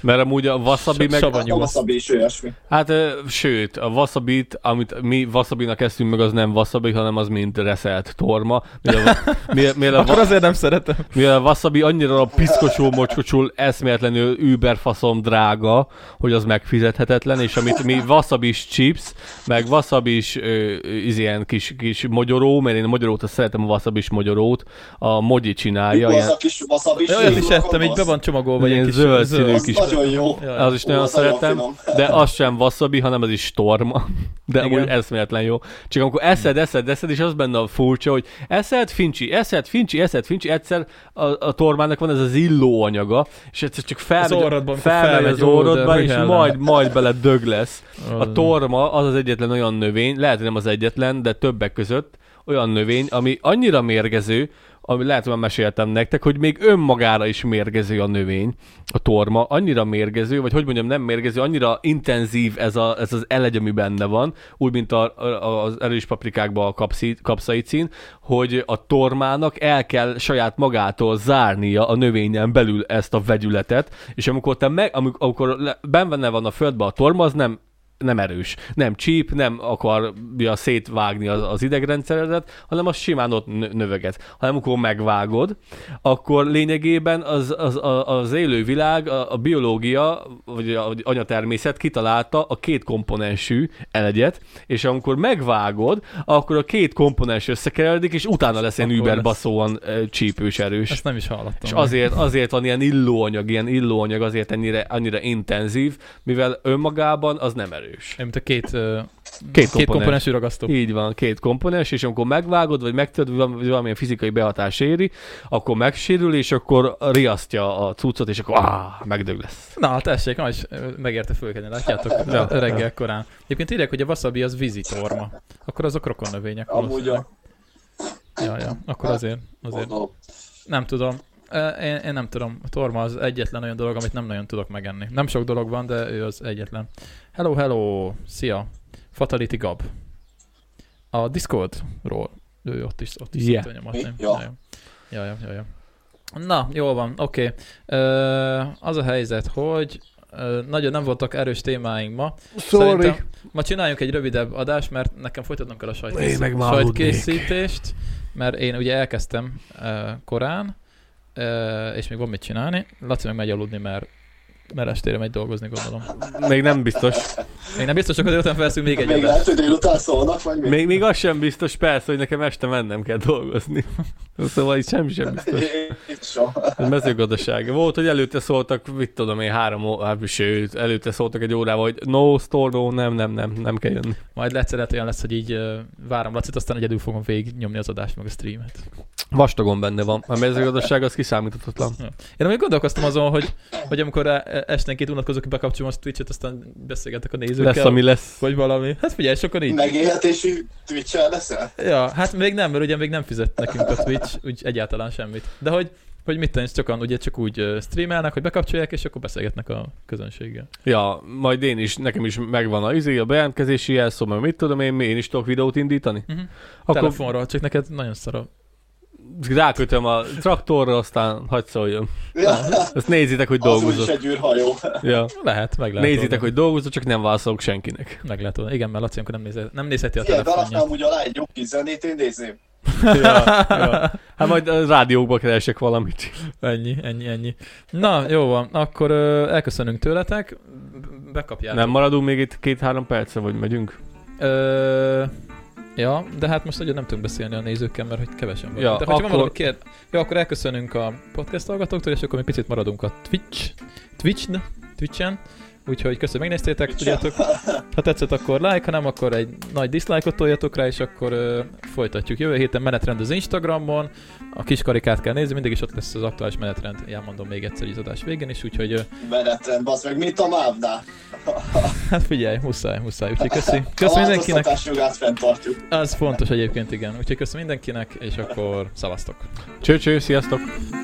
B: Mert amúgy a wasabi
A: Sa-
B: meg...
A: savanyú.
F: A wasabi is olyasmi.
B: Hát ö, sőt, a wasabit, amit mi wasabinak eszünk meg, az nem wasabi, hanem az mind reszelt torma. Mivel a, mivel, mivel a,
A: Akkor
B: wa-
A: azért nem szeretem.
B: mivel a wasabi annyira a piszkosul, mocskocsul, eszméletlenül überfaszom drága, hogy az megfizethetetlen, és amit mi wasabis chips, meg wasabis ö, ö, iz ilyen kis, kis magyaró, mert én a magyarót azt szeretem, a wasabis magyarót, a mogyi csinálja,
F: Ja,
B: ilyen,
F: az a kis wasabi
A: De olyat is ettem, így be van csomagolva egy
B: Ilyen
A: ilyen kis
B: zöld színű
F: Az
B: kis-
F: nagyon jó.
A: Jaj.
B: az is
F: Ú,
B: nagyon
F: az nagyon
B: szeretem,
F: finom.
B: de az sem wasabi, hanem az is torma. De
A: Igen.
B: amúgy eszméletlen jó. Csak amikor eszed, eszed, eszed, és az benne a furcsa, hogy eszed, fincsi, eszed, fincsi, eszed, fincsi, egyszer a, a tormának van ez az illó anyaga, és egyszer csak felmegy,
A: Az orrodba, amikor
B: felmegy,
A: felmegy,
B: az
A: ó, de
B: orrodba, és
A: rühellem.
B: majd, majd bele dög lesz. A
A: Az-
B: torma az az egyetlen olyan növény, lehet, hogy nem az egyetlen, de többek között olyan növény, ami annyira mérgező, ami lehet, hogy már meséltem nektek, hogy még önmagára is mérgező a növény, a torma, annyira mérgező, vagy hogy mondjam, nem mérgező, annyira intenzív ez, a, ez az elegy, ami benne van, úgy, mint a, a, az erős paprikákban a kapszi, kapszaicin, hogy a tormának el kell saját magától zárnia a növényen belül ezt a vegyületet, és amikor, te meg, amikor, amikor le- benne van a földbe a torma, az nem nem erős, nem csíp, nem akarja szétvágni az, az idegrendszeredet, hanem az simán ott nö- növeget. Ha nem, akkor megvágod, akkor lényegében az, az, a- az élő világ, a, a biológia, vagy a vagy anyatermészet kitalálta a két komponensű elegyet, és amikor megvágod, akkor a két komponens összekeveredik, és utána lesz ilyen
A: Akkor lesz.
B: überbaszóan ö, csípős erős.
A: Ezt nem is hallottam.
B: És azért, azért van ilyen illóanyag, ilyen illóanyag azért ennyire, annyira intenzív, mivel önmagában az nem erős.
A: Olyan, mint a két, ö,
B: Két
A: két
B: komponens.
A: komponensű ragasztó.
B: Így van, két komponens, és amikor megvágod, vagy megtudod, vagy valamilyen fizikai behatás éri, akkor megsérül, és akkor riasztja a cuccot, és akkor áh, megdög lesz.
A: Na, hát tessék, na is ö, megérte fölkedni, látjátok,
B: Ja.
A: reggel korán. Egyébként írják, hogy a wasabi az vízitorma. Akkor azok rokonnövények.
F: Amúgy
A: valószínűleg.
F: a...
A: Ja, ja, akkor azért, azért.
F: Gondolom.
A: Nem tudom. Ö, Én, én nem tudom. A torma az egyetlen olyan dolog, amit nem nagyon tudok megenni. Nem sok dolog van, de ő az egyetlen. Hello, hello! Szia! Fatality Gab. A Discordról. Ő ott is, ott is
B: Yeah.
A: szokta nyomatni.
F: Ja.
A: Ja, ja, ja, ja. Na, jól van, oké. Okay. Az a helyzet, hogy ö, nagyon nem voltak erős témáink ma.
B: Sorry.
A: Szerintem ma csináljunk egy rövidebb adást, mert nekem folytatnom kell a sajt-
B: Én meg már
A: sajtkészítést, mert én ugye elkezdtem uh, korán, uh, és még van mit csinálni. Laci meg megy aludni, mert mert estére megy dolgozni, gondolom.
B: Még nem biztos.
A: Még nem biztos, hogy délután felszünk még egy
F: Még
A: adást.
F: lehet, hogy délután szólnak, vagy mi?
B: Még, még az sem biztos, persze, hogy nekem este mennem kell dolgozni. Szóval itt semmi sem biztos.
F: Itt soha.
B: Ez mezőgazdaság. Volt, hogy előtte szóltak, mit tudom én, három órában, sőt, előtte szóltak egy órával, hogy no, store, no, nem, nem, nem, nem kell jönni.
A: Majd egyszer lehet olyan lesz, hogy így uh, várom Lacit, aztán egyedül fogom végig nyomni az adást, meg a streamet.
B: Vastagon benne van. A mezőgazdaság az kiszámíthatatlan.
A: Én amíg gondolkoztam azon, hogy, hogy amikor eh, esnénk itt unatkozok, bekapcsolom a Twitch-et, aztán beszélgetek a nézőkkel.
B: Lesz, ami lesz.
A: Vagy valami. Hát figyelj, sokan így.
F: Megélhetési twitch leszel?
A: Ja, hát még nem, mert ugye még nem fizet nekünk a Twitch, úgy egyáltalán semmit. De hogy, hogy mit tenni, sokan ugye csak úgy ö, streamelnek, hogy bekapcsolják, és akkor beszélgetnek a közönséggel.
B: Ja, majd én is, nekem is megvan a izé, a bejelentkezési jelszó, mert mit tudom én, én is tudok videót indítani.
A: Uh-huh.
B: Akkor
A: Telefonról, csak neked nagyon szara.
B: rákötöm a traktorra, aztán hagyd szóljon.
F: Ja,
B: Ezt nézzétek, hogy
F: az úgyis
B: dolgozott.
F: egy űrhajó.
B: Ja.
A: Lehet, meg lehet
B: Nézzétek,
A: oldani.
B: hogy dolgozott, csak nem válaszolok senkinek.
A: Meg lehet oldani. Igen, mert Laci, amikor nem, nézhet, nem nézheti a
F: Igen, beraknám
A: telefonját.
F: úgy alá egy jobb kis zenét, én nézném.
B: Ja, ja. Hát majd a rádiókba keresek valamit.
A: Ennyi, ennyi, ennyi. Na, jó van, akkor ö, elköszönünk tőletek. B- Bekapjátok.
B: Nem maradunk még itt két-három percre, vagy megyünk?
A: Ö, ja, de hát most ugye nem tudunk beszélni a nézőkkel, mert hogy kevesen vagyunk. de
B: Ja,
A: hogyha
B: akkor-
A: van valami kér... Ja, akkor elköszönünk a podcast hallgatóktól, és akkor mi picit maradunk a Twitch, Twitch, Twitchen. Úgyhogy köszönöm, megnéztétek, tudjátok, ha tetszett, akkor like, ha nem, akkor egy nagy dislike-ot toljatok rá, és akkor ö, folytatjuk. Jövő héten menetrend az Instagramon, a kis karikát kell nézni, mindig is ott lesz az aktuális menetrend, elmondom még egyszer így az adás végén is, úgyhogy ö,
F: Menetrend, bazd meg, mint a mávnál.
A: hát figyelj, muszáj, muszáj, úgyhogy köszi. Köszi mindenkinek,
F: A változtatás jogát fenntartjuk.
A: az fontos egyébként, igen. Úgyhogy köszönöm mindenkinek, és akkor szavaztok.
B: Cső, cső, sziasztok!